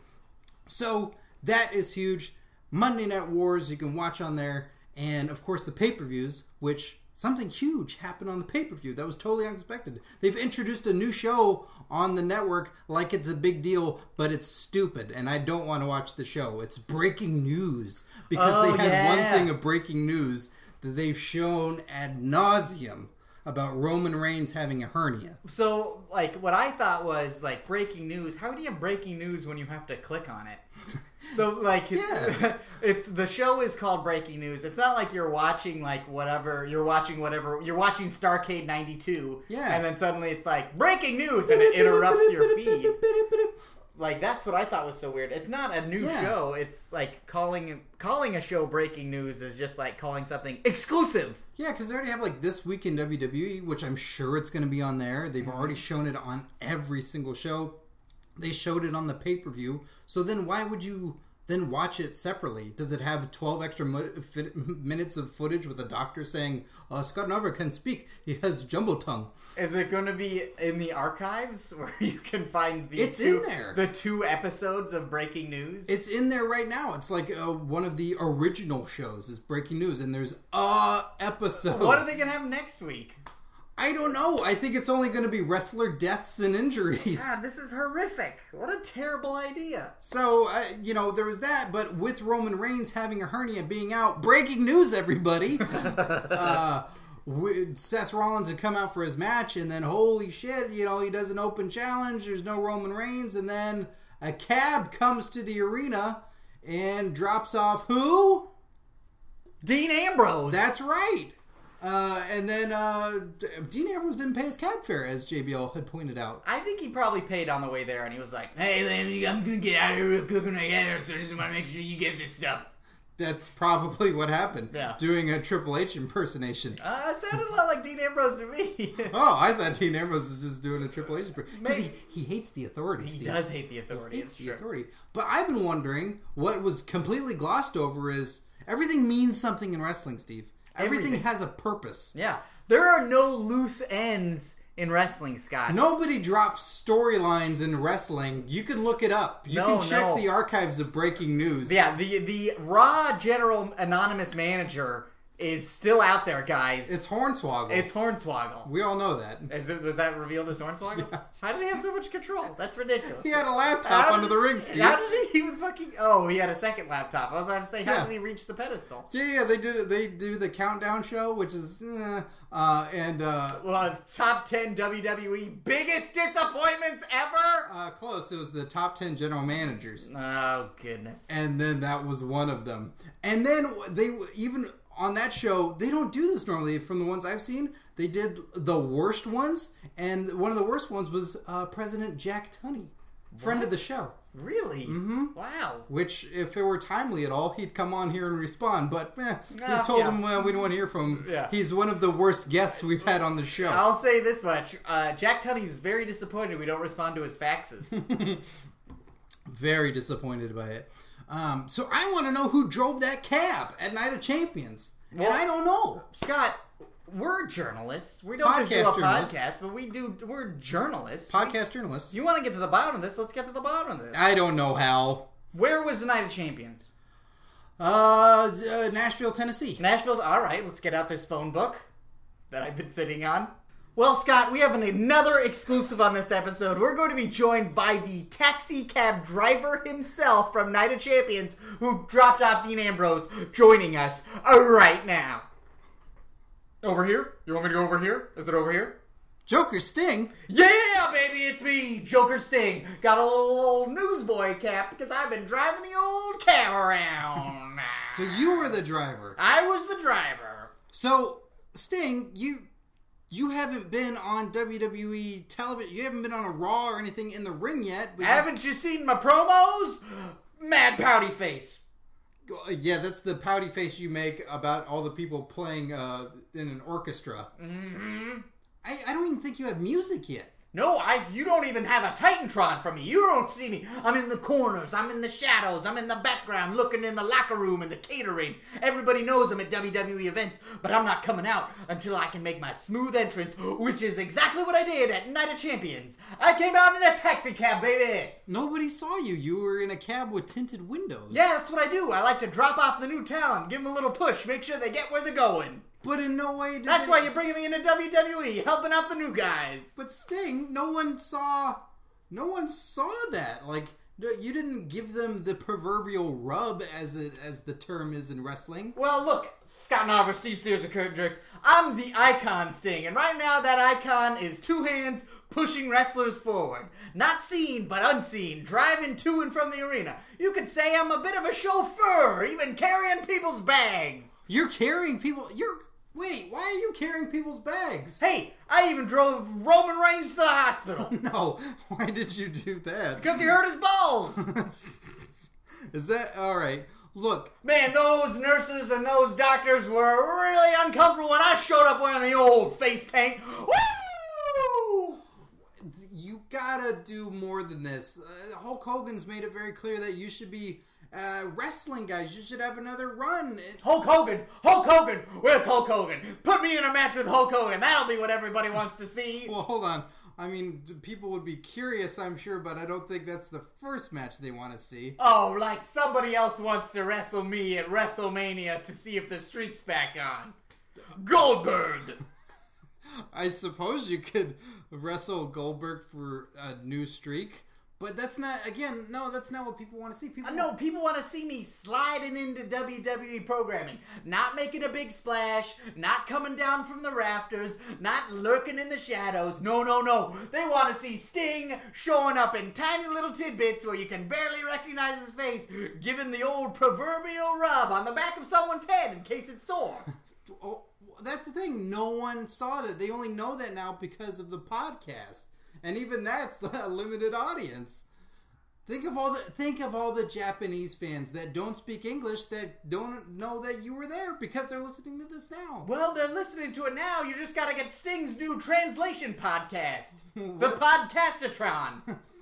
So that is huge. Monday Night Wars, you can watch on there. And of course, the pay per views, which something huge happened on the pay per view. That was totally unexpected. They've introduced a new show on the network like it's a big deal, but it's stupid. And I don't want to watch the show. It's breaking news because
Oh,
they had
yeah.
one thing of breaking news that they've shown ad nauseum about Roman Reigns having a hernia.
So, like, what I thought was like breaking news. How do you have breaking news when you have to click on it?
<laughs>
So, like, it's,
Yeah.
<laughs> it's the show is called Breaking News. It's not like you're watching like whatever you're watching whatever you're watching Starcade '92.
Yeah.
and then suddenly it's like breaking
<laughs>
news, and it interrupts your feed. Like that's what I thought was so weird. It's not a new
Yeah.
show. It's like calling calling a show breaking news is just like calling something exclusive.
Yeah, because they already have like this week in WWE, which I'm sure it's going to be on there. They've
Mm-hmm.
already shown it on every single show. They showed it on the pay per view. So then, why would you then watch it separately? Does it have 12 extra mo- fit- <laughs> minutes of footage with a doctor saying uh, Scott Narver can speak? He has jumbo tongue.
Is it going to be in the archives <laughs> where you can find the
It's
two,
in there.
the two episodes of breaking news?
It's in there right now. It's like uh, one of the original shows is breaking news, and there's a episode.
what are they going to have next week?
I don't know. I think it's only going to be wrestler deaths and injuries.
God, this is horrific. What a terrible idea.
So, uh, you know, there was that, but with Roman Reigns having a hernia being out, breaking news, everybody. uh, we- Seth Rollins had come out for his match, and then holy shit, you know, he does an open challenge. There's no Roman Reigns, and then a cab comes to the arena and drops off who?
Dean Ambrose.
That's right. Uh, and then uh, D- Dean Ambrose didn't pay his cab fare, as JBL had pointed out.
I think he probably paid on the way there, and he was like, "Hey, Lindsay, I'm gonna get out of here real quick when I get there, so I just want to make sure you get this stuff."
That's probably what happened.
Yeah.
Doing a Triple H impersonation.
Uh, it sounded a lot like Dean Ambrose to me. <laughs>
Oh, I thought Dean Ambrose was just doing a Triple H impersonation. 'Cause
Maybe.
He, he hates the authorities.
he
Dean.
does hate the authority.
It's
It's
the
true.
authority. But I've been wondering what was completely glossed over is everything means something in wrestling, Steve. Everything,
Everything.
has a purpose.
Yeah, there are no loose ends in wrestling, Scott.
Nobody drops storylines in wrestling. You can look it up. You
No,
can check
no.
the archives of breaking news.
Yeah, the the Raw General Anonymous Manager is still out there, guys. It's,
It's Hornswoggle.
Hornswoggle.
we all know
<laughs>
that.
Is it, was that revealed as Hornswoggle?
Yes.
How do they have so much control? That's ridiculous.
<laughs> He had a laptop
How
under
did-
the ring, Steve.
How did he even fucking? Oh, he had a second laptop. I was about to say, how
Yeah.
did he reach the pedestal?
yeah, yeah, they did. it. They do the countdown show, which is, eh, uh, and uh,
Well, top ten WWE biggest disappointments ever.
uh, close. It was the top ten general managers.
Oh goodness.
and then that was one of them. And then they even on that show they don't do this normally. From the ones I've seen, they did the worst ones, and one of the worst ones was uh, President Jack Tunney, friend of the show.
Really? Mm-hmm. Wow.
Which, if it were timely at all, he'd come on here and respond. But eh,
Ah,
we told
yeah.
him well, we don't want to hear from him.
Yeah.
He's one of the worst guests we've had on the show.
I'll say this much: uh, Jack Tunney's very disappointed we don't respond to his faxes.
<laughs> Very disappointed by it. Um, so I want to know who drove that cab at Night of Champions,
Well-
and I don't know.
Scott, we're journalists. We don't just do a
Podcast journalists.
podcast, but we do. We're journalists.
Podcast journalist.
If you want to get to the bottom of this? Let's get to the bottom of this.
I don't know how.
Where was the Night of Champions?
Uh, uh, Nashville, Tennessee.
Nashville. All right, let's get out this phone book that I've been sitting on. Well, Scott, we have an, another exclusive on this episode. We're going to be joined by the taxi cab driver himself from Night of Champions, who dropped off Dean Ambrose, joining us uh, right now. Over here? You want me to go over here? Is it over here?
Joker Sting.
Yeah, baby, it's me, Joker Sting. Got a little old newsboy cap because I've been driving the old cab around.
<laughs> So you were the driver.
I was the driver.
So Sting, you you haven't been on WWE television. You haven't been on a Raw or anything in the ring yet. But
Haven't you seen my promos? Mad pouty face.
you- uh, yeah, that's the pouty face you make about all the people playing uh, in an orchestra. Mm-hmm. I, I don't even think you have music yet.
No, I. You don't even have a Titantron for me. You don't see me. I'm in the corners. I'm in the shadows. I'm in the background, looking in the locker room and the catering. Everybody knows I'm at WWE events, but I'm not coming out until I can make my smooth entrance, which is exactly what I did at Night of Champions. I came out in a taxi cab, baby.
Nobody saw you. You were in a cab with tinted windows.
Yeah, that's what I do. I like to drop off the new talent, give them a little push, make sure they get where they're going.
But in no way did
That's
it-
why you're bringing me into WWE, helping out the new guys.
But Sting, no one saw, no one saw that. Like no- you didn't give them the proverbial rub, as it as the term is in wrestling.
Well, look, Scott Narver, Steve Sears, and Kurt Drix. I'm the icon Sting, and right now that icon is two hands pushing wrestlers forward. Not seen, but unseen, driving to and from the arena. You could say I'm a bit of a chauffeur, even carrying people's bags.
You're carrying people. You're wait. Why are you carrying people's bags?
Hey, I even drove Roman Reigns to the hospital
<laughs> No. Why did you do that?
because he hurt his balls.
<laughs> Is that all right? Look,
Man, those nurses and those doctors were really uncomfortable when I showed up wearing the old face paint. Woo!
you gotta do more than this. Uh, Hulk Hogan's made it very clear that you should be uh, wrestling guys. You should have another run. It- <laughs>
Hulk Hogan! Hulk Hogan! Where's Hulk Hogan? Put me in a match with Hulk Hogan. That'll be what everybody wants to see.
Well, hold on. I mean, d- people would be curious, I'm sure, but I don't think that's the first match they want to see.
Oh, like somebody else wants to wrestle me at WrestleMania to see if the streak's back on. Goldberg!
I suppose you could wrestle Goldberg for a new streak, but that's not, again, no, that's not what people want to see. People
No, people want to see me sliding into WWE programming, not making a big splash, not coming down from the rafters, not lurking in the shadows. No, no, no. They want to see Sting showing up in tiny little tidbits where you can barely recognize his face, giving the old proverbial rub on the back of someone's head in case it's sore.
Oh, that's the thing. No one saw that. They only know that now because of the podcast, and even that's <laughs> a limited audience. Think of all the think of all the Japanese fans that don't speak English that don't know that you were there because they're listening to this now.
Well, they're listening to it now. You just gotta get Sting's new translation podcast, the Podcastatron.
<laughs>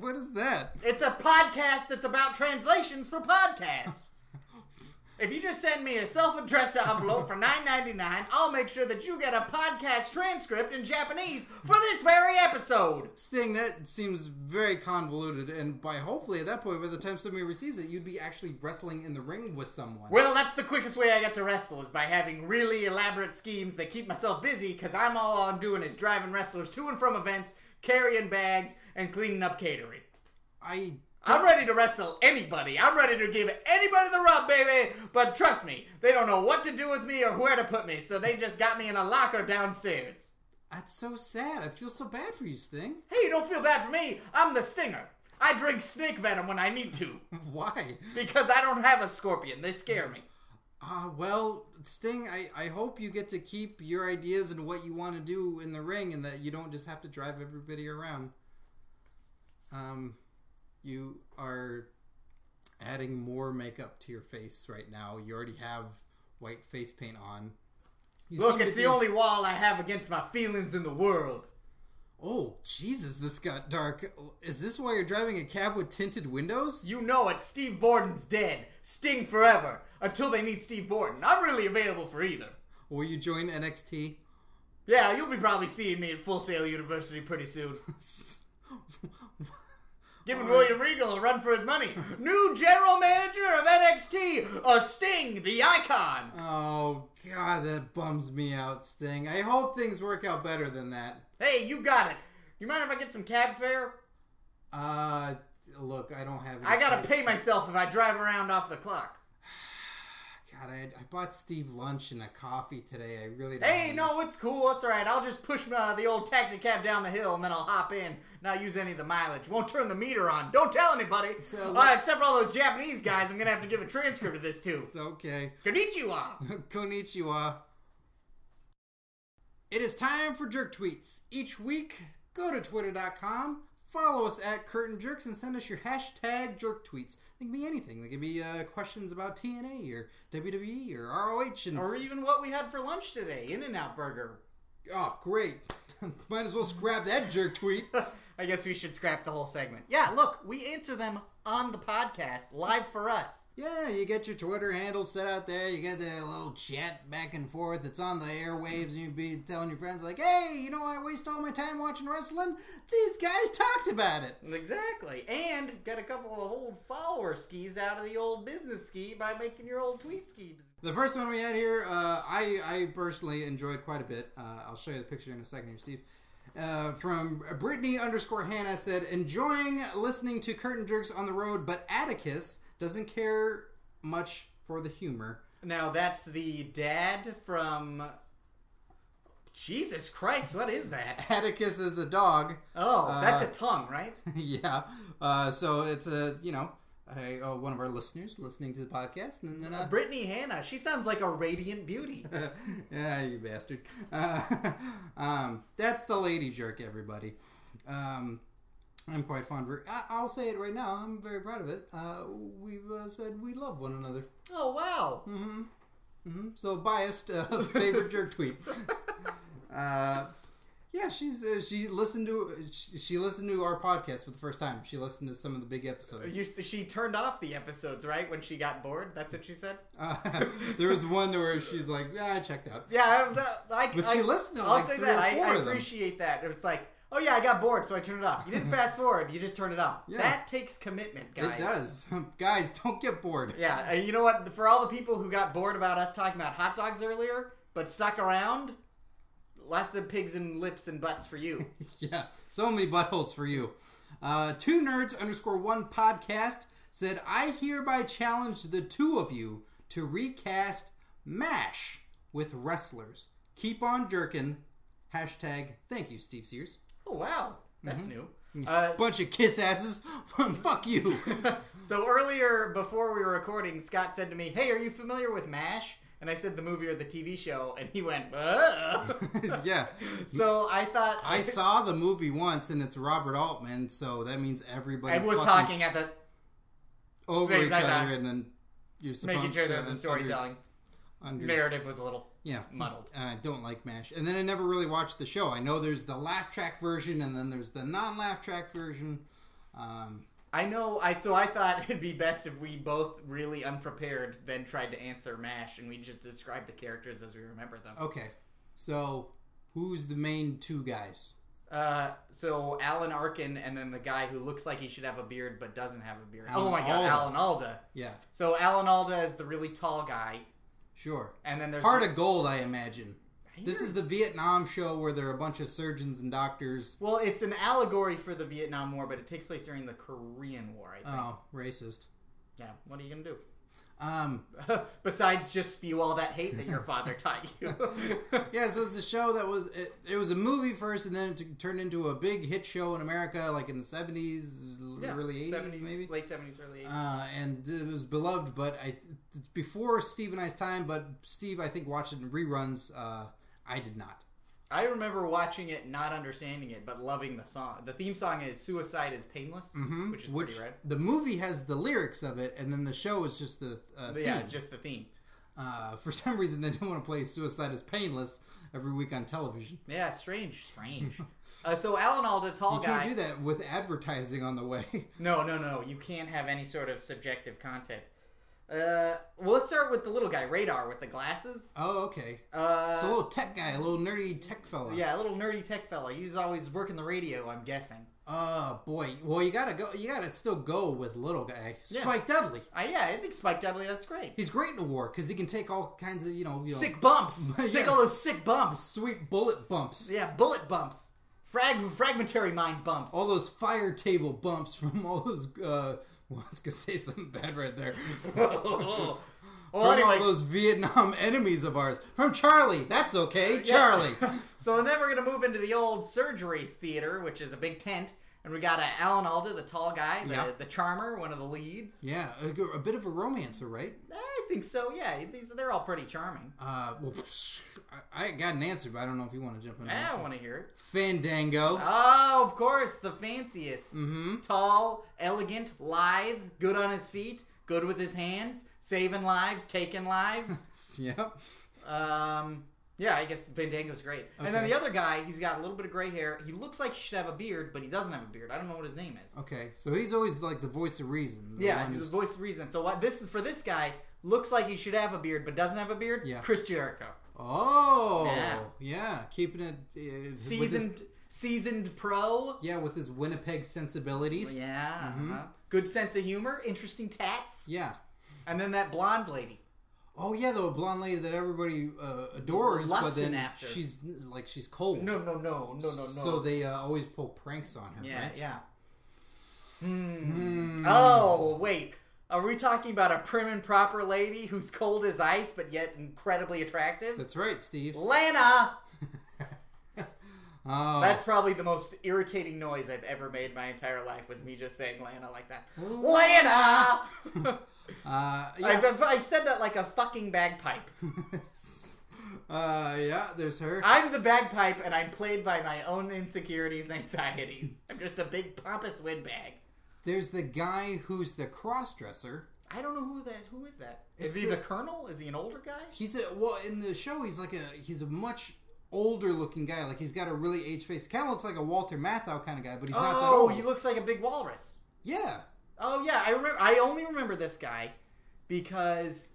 What is that?
It's a podcast that's about translations for podcasts. If you just send me a self-addressed envelope for nine ninety nine, I'll make sure that you get a podcast transcript in Japanese for this very episode.
Sting, that seems very convoluted, and by hopefully at that point, by the time somebody receives it, you'd be actually wrestling in the ring with someone.
Well, that's the quickest way I get to wrestle is by having really elaborate schemes that keep myself busy because I'm all I'm doing is driving wrestlers to and from events, carrying bags, and cleaning up catering.
I
I'm ready to wrestle anybody. I'm ready to give anybody the rub, baby. But trust me, they don't know what to do with me or where to put me, so they just got me in a locker downstairs.
that's so sad. I feel so bad for you, Sting. <laughs>
Hey, don't feel bad for me. I'm the stinger. I drink snake venom when I need to <laughs>
Why?
because I don't have a scorpion. They scare me.
Ah, well, Sting, I, I hope you get to keep your ideas and what you want to do in the ring, and that you don't just have to drive everybody around. Um, you are adding more makeup to your face right now. You already have white face paint on. You
Look,
seem to
it's the
be-
only wall I have against my feelings in the world.
Oh, Jesus, this got dark. Is this why you're driving a cab with tinted windows?
You know it. Steve Borden's dead. Sting forever until they need Steve Borden. I'm really available for either.
Will you join <laughs>
<laughs>
NXT?
Yeah, you'll be probably seeing me at Full Sail University pretty soon. Giving William Regal a run for his <laughs> money. New general manager of NXT, a Sting, the icon.
Oh god, that bums me out, Sting. I hope things work out better than that.
Hey, you got it. You mind if I get some cab fare?
Uh look, I don't have any
I gotta pay myself if I drive around off the clock.
God, I, I bought Steve lunch and a coffee today. I really don't
Hey,
have-
no, it's cool. It's all right. I'll just push my, the old taxi cab down the hill and then I'll hop in. Not use any of the mileage. Won't turn the meter on. Don't tell anybody.
So-
uh, except for all those Japanese guys I'm gonna have to give a transcript of this <laughs> to.
Okay. <laughs>
Konnichiwa.
Konnichiwa. It is time for jerk tweets. Each week, go to twitter.com, follow us at Curtain Jerks, and send us your hashtag jerk tweets. They can be anything. They can be uh, questions about TNA or WWE or ROH. And,
Or even what we had for lunch today, In-N-Out Burger.
oh, great. <laughs> Might as well scrap that jerk tweet.
I guess we should scrap the whole segment. Yeah, look, we answer them on the podcast, live for us.
Yeah, you get your Twitter handle set out there. You get the little chat back and forth. It's on the airwaves, and you'd be telling your friends like, "Hey, you know, I waste all my time watching wrestling. These guys talked about it."
Exactly. And got a couple of old follower skis out of the old business ski by making your old tweet skis.
The first one we had here, uh, I I personally enjoyed quite a bit. Uh, I'll show you the picture in a second here, Steve. Uh, from Brittany underscore Hannah said, enjoying listening to Curtain Jerks on the road, but Atticus doesn't care much for the humor.
Now that's the dad from Jesus Christ, what is that?
Atticus is a dog. <laughs>
Oh, that's
Uh,
a tongue,
<laughs>
right?
yeah. Uh, so it's a you know a, uh, one of our listeners listening to the podcast, and then uh,
Brittany Hannah, she sounds like a radiant beauty.
<laughs> yeah, you bastard. Uh, <laughs> um, that's the lady jerk, everybody. Um, I'm quite fond of her. I- I'll say it right now. I'm very proud of it. Uh, we've uh, said we love one another. Mm-hmm.
Oh wow.
So biased uh, <laughs> favorite jerk tweet. Uh, yeah, she's uh, she listened to she, she listened to our podcast for the first time. She listened to some of the big episodes.
You, she turned off the episodes, right? When she got bored, that's what she said.
Uh, <laughs> there was one where she's like, "Yeah, I checked out."
Yeah, I'm not- I,
But
I,
she listened to,
I'll
like,
say
three
that.
or
I-
four
I,
of them.
appreciate that. It's like, oh yeah, I got bored, so I turned it off.
<laughs>
You didn't fast forward; you just turned it off.
Yeah.
That takes commitment, guys.
It does. <laughs> Guys, don't get bored.
Yeah, uh, you know what? For all the people who got bored about us talking about hot dogs earlier, but stuck around, lots of pigs and lips and butts
<laughs>
for you.
<laughs> Yeah, so many buttholes for you. Uh, two nerds underscore one podcast said, I hereby challenge the two of you to recast MASH with wrestlers. Keep on jerking. Hashtag thank you, Steve Sears.
oh wow, that's
Mm-hmm. Mm.
new. Uh, <laughs>
Bunch of kiss asses. <laughs> Fuck you. <laughs>
so earlier, before we were recording, Scott said to me, "Hey, are you familiar with Mash?" and I said the movie or the TV show, and he went,
<laughs>
"Ugh."
yeah.
so I thought
I saw the movie once, and it's Robert Altman, so that means everybody
I was
fucking
talking at the
over
Same
each
time.
other, and then you're supposed
making sure
to
that the
under-
storytelling
under-
narrative was a little
yeah,
muddled.
I don't like Mash, and then I never really watched the show. I know there's the laugh track version, and then there's the non-laugh track version. Um,
I know. I so I thought it'd be best if we both really unprepared then tried to answer Mash and we just described the characters as we remember them.
okay, so who's the main two guys?
Uh, so Alan Arkin and then the guy who looks like he should have a beard but doesn't have a beard. oh
Alan
my god,
Alda.
Alan Alda.
Yeah,
So Alan Alda is the really tall guy,
sure.
and then there's
Heart of Gold, I imagine.
I
This
hear-
is the Vietnam show where there are a bunch of surgeons and doctors.
well, it's an allegory for the Vietnam War, but it takes place during the Korean War. I think.
Oh, racist.
yeah. What are you gonna do? <laughs>
Um,
Besides just spew all that hate that your father taught you. <laughs>
Yeah, so it's a show that was it, it was a movie first, and then it t- turned into a big hit show in America, like in the seventies,
Yeah,
early eighties,
70s,
maybe.
late seventies, early eighties.
Uh, and it was beloved, but I it's before Steve and I's time, but Steve I think watched it in reruns. Uh, I did not.
I remember watching it, not understanding it, but loving the song. The theme song is "Suicide is Painless," which is
Mm-hmm. Which
pretty rad.
the movie has the lyrics of it, and then the show is just the uh,
But
theme.
Yeah, just the theme.
uh, for some reason, they didn't want to play "Suicide is Painless" every week on television.
Yeah, strange,
<laughs>
strange. uh, so Alan Alda, tall
You
guy.
can't do that with advertising on the way. <laughs>
No, no, no. You can't have any sort of subjective content. Uh, well, let's start with the little guy, Radar, with the glasses.
oh, okay.
Uh,
It's a little tech guy, a little nerdy tech fella.
yeah, a little nerdy tech fella. He was always working the radio. I'm guessing.
Oh boy. Well, you gotta go. You gotta still go with little guy Spike Dudley.
Uh, yeah, I think Spike Dudley. That's great.
He's great in a war because he can take all kinds of you know, you know
Sick bumps.
<laughs> Yeah.
Take all those sick bumps.
sweet bullet bumps,
Yeah, bullet bumps. Frag- fragmentary mind bumps.
all those fire table bumps from all those. Uh, <laughs> well, I was gonna say something bad right
<laughs>
there.
<laughs> well,
from
anyway,
all those Vietnam <laughs> enemies of ours. From Charlie. That's okay, Charlie.
<laughs> so then we're gonna move into the old surgery theater, which is a big tent, and we got uh, Alan Alda, the tall guy, the,
Yeah.
the charmer, one of the leads.
yeah, a, g- a bit of a romancer, right?
I think so. Yeah, these they're all pretty charming.
Uh, well, <laughs> I, I got an answer, but I don't know if you want to jump in. on
Yeah,
this
I
one.
want to hear it.
Fandango.
Oh, of course, the fanciest, <laughs>
mm-hmm.
tall, elegant, lithe, good on his feet, good with his hands, saving lives, taking lives.
Yep.
Um, yeah, I guess Fandango's great. And then
Okay.
the other guy, he's got a little bit of gray hair. He looks like he should have a beard, but he doesn't have a beard. I don't know what his name is.
Okay, so he's always like the voice of reason. the
yeah,
one
he's the
who's-
voice of reason. So what this is for this guy looks like he should have a beard, but doesn't have a beard.
Yeah.
Chris Jericho,
Oh,
Yeah.
yeah, keeping it uh, with his-
seasoned seasoned pro.
yeah, with his Winnipeg sensibilities.
Yeah, uh-huh. good sense of humor, interesting tats,
Yeah.
and then that blonde lady.
Oh yeah, the blonde lady that everybody uh, adores, but
Lusting
then
after.
she's like she's cold.
No, no, no, no, no, no.
So they uh, always pull pranks on her.
yeah,
right?
yeah.
Mm.
Hmm. Oh wait. Are we talking about a prim and proper lady who's cold as ice but yet incredibly attractive?
That's right, Steve.
Lana!
Oh,
That's probably the most irritating noise I've ever made my entire life was me just saying Lana like that.
<laughs>
Lana! <laughs>
uh, yeah.
I've, I've, I said that like a fucking bagpipe.
<laughs> uh, yeah. There's her.
I'm the bagpipe and I'm played by my own insecurities and anxieties. I'm just a big pompous windbag.
There's the guy who's the crossdresser.
I don't know who that who is that?
It's
is he
the-
the colonel? Is he an older guy?
He's a well in the show. He's like a he's a much older looking guy. Like he's got a really aged face. Kind of looks like a Walter Matthau kind of guy, but he's not that
oh,
old.
he looks like a big walrus.
yeah,
Oh yeah, I remember. I only remember this guy because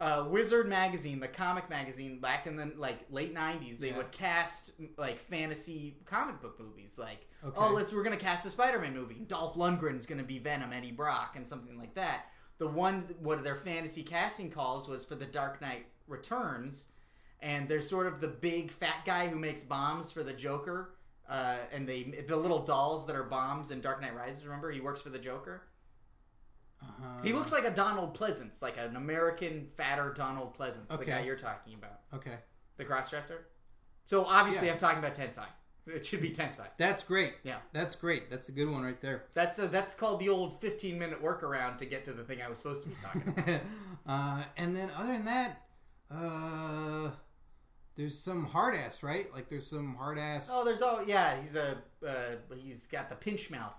uh, Wizard magazine, the comic magazine, back in the like late '90s, they
Yeah.
would cast like fantasy comic book movies. Like,
Okay.
oh, let's we're gonna cast a Spider-Man movie. Dolph Lundgren's gonna be Venom, Eddie Brock, and something like that. The one one of their fantasy casting calls was for The Dark Knight Returns, and there's sort of the big fat guy who makes bombs for the Joker. Uh, and they the little dolls that are bombs in Dark Knight Rises. Remember, he works for the Joker.
uh,
He looks like a Donald Pleasance, like an American fatter Donald Pleasance, the
Okay.
guy you're talking about,
okay.
the crossdresser. So obviously,
Yeah.
I'm talking about Tensai. It should be Tensai.
That's great.
Yeah,
That's great. That's a good one right
<laughs>
there.
that's a, that's called the old
<laughs>
15 minute workaround to get to the thing I was supposed to be talking about.
uh, and then other than that, Uh, there's some hard ass, right? Like there's some hard ass
Oh, there's all yeah. He's a uh, he's got the pinch mouth.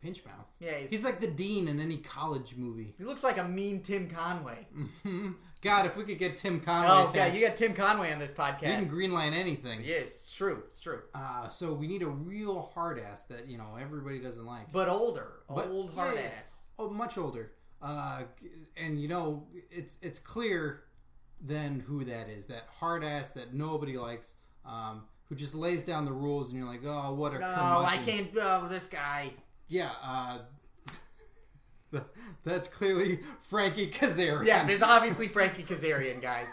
pinch mouth.
Yeah, he's,
He's like the dean in any college movie. <laughs>
he looks like a mean Tim Conway.
Mhm. God, if we could get Tim Conway
Oh yeah,
attached,
you got Tim Conway on this
we can
podcast.
greenline anything.
Yeah, it's true. It's true.
Uh, so we need a real hard ass that you know everybody doesn't like.
But older,
But-
old hard
yeah.
ass.
Oh, much older. Uh, and you know, it's it's clear then who that is. That hard ass that nobody likes. Um, who just lays down the rules, and you're like, oh, what a
Oh, I
curmudgeon.
can't. Oh, this guy.
Yeah, uh, <laughs> that's clearly Frankie Kazarian.
Yeah, but it's obviously Frankie Kazarian, guys.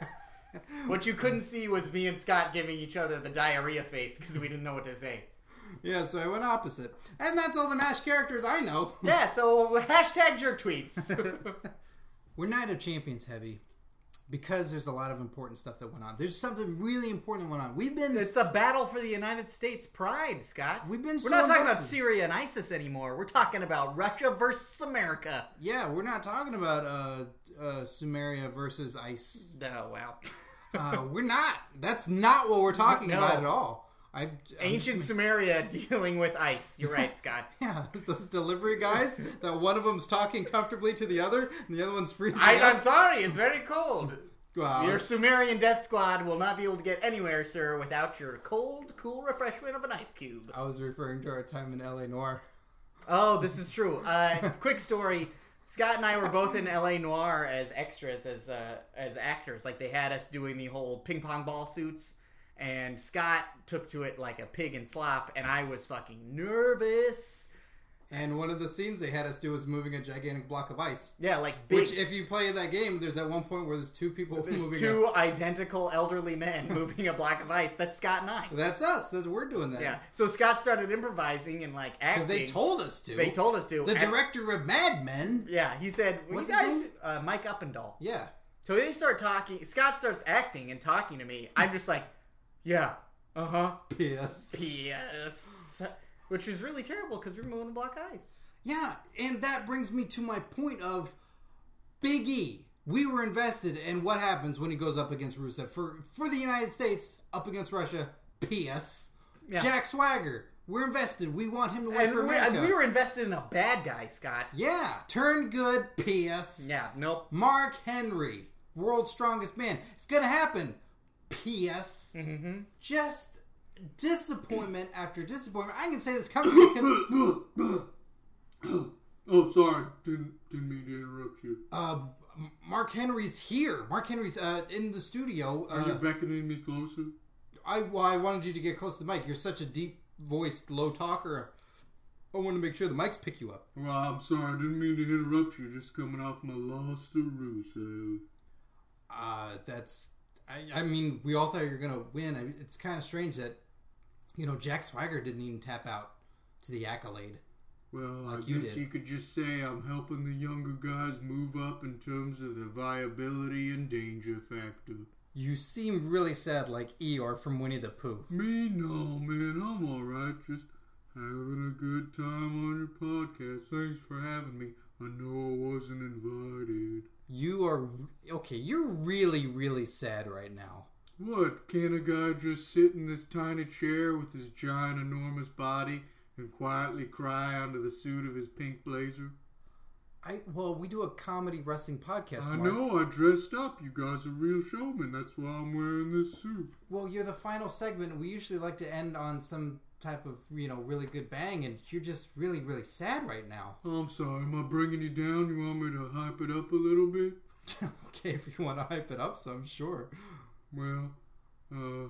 What you couldn't see was me and Scott giving each other the diarrhea face because we didn't know what to say.
<laughs> yeah. So I went opposite, and that's all the Mash characters I know.
Yeah, so hashtag jerk tweets. <laughs>
<laughs> We're Night of Champions heavy because there's a lot of important stuff that went on. There's something really important that went on. We've been
it's a battle for the United States pride, Scott.
We've been
We're
so
not talking about
invested.
Syria and ISIS anymore. We're talking about Russia versus America.
Yeah, we're not talking about uh, uh, Sumeria versus Ice.
Oh wow.
Uh, we're not. That's not what we're talking
No.
about at all. I I'm-
<laughs> Ancient Sumeria dealing with ice. You're right, Scott.
<laughs> Yeah, those delivery guys. that one of them's talking comfortably to the other, and the other one's freezing.
I,
out.
I'm sorry, it's very cold.
Wow.
Your Sumerian death squad will not be able to get anywhere, sir, without your cold, cool refreshment of an ice cube.
I was referring to our time in L.A. Noir.
Oh, this is true.
<laughs>
Uh, quick story: Scott and I were both in L.A. Noir as extras, as uh, as actors. Like they had us doing the whole ping pong ball suits, and Scott took to it like a pig in slop, and I was fucking nervous.
And one of the scenes they had us do was moving a gigantic block of ice.
Yeah, like big.
Which, if you play that game, there's at one point where there's two people moving.
there's
a-
two identical elderly men <laughs> moving a block of ice. That's Scott and I.
That's us. That's we're doing that.
Yeah. So Scott started improvising and like acting.
Because they told us to.
They told us to.
the
And-
director of Mad Men.
Yeah, he said. Well,
What's
you
his
guys,
name?
uh, Mike Uppendahl.
Yeah.
So they start talking. Scott starts acting and talking to me. I'm just like, yeah, uh huh,
Yes.
yes, which was really terrible because we were moving to block eyes.
Yeah, and that brings me to my point of Big E. We were invested, and what happens when he goes up against Rusev for for the United States up against Russia? P.S.
Yeah.
Jack Swagger. We're invested. We want him to win
And
for
we,
America.
and we were invested in a bad guy, Scott.
yeah, turn good. P.S.
Yeah, nope.
Mark Henry, world's strongest man. It's gonna happen. P.S. Mm-hmm. Just
<clears throat>
disappointment after disappointment. I can say this coming because
<coughs> Oh, sorry. Didn't, didn't mean to interrupt you.
uh, M- Mark Henry's here. Mark Henry's uh, in the studio.
Are you
Uh,
beckoning me closer?
I well, I wanted you to get close to the mic. You're such a deep voiced, low talker. I want to make sure the mics pick you up.
Well, I'm sorry. Didn't mean to interrupt you. Just coming off my loss to Russo.
Uh, that's. I, I mean, we all thought you were gonna win. I, it's kind of strange that, you know, Jack Swagger didn't even tap out to the accolade.
Well,
Like
I
you
guess
did.
you could just say I'm helping the younger guys move up in terms of the viability and danger factor.
You seem really sad, like Eeyore from Winnie the Pooh.
Me, no, man. I'm alright. Just having a good time on your podcast. Thanks for having me. I know I wasn't invited.
You are okay. You're really, really sad right now.
What? Can a guy just sit in this tiny chair with his giant, enormous body and quietly cry under the suit of his pink blazer?
I well, we do a comedy wrestling podcast.
I
Mark.
know, I dressed up. You guys are real showmen. That's why I'm wearing this suit.
Well, you're the final segment. We usually like to end on some type of, you know, really good bang, and you're just really, really sad right now. <laughs>
I'm sorry, am I bringing you down? You want me to hype it up a little bit?
okay, if you want to hype it up some, sure.
Well, uh.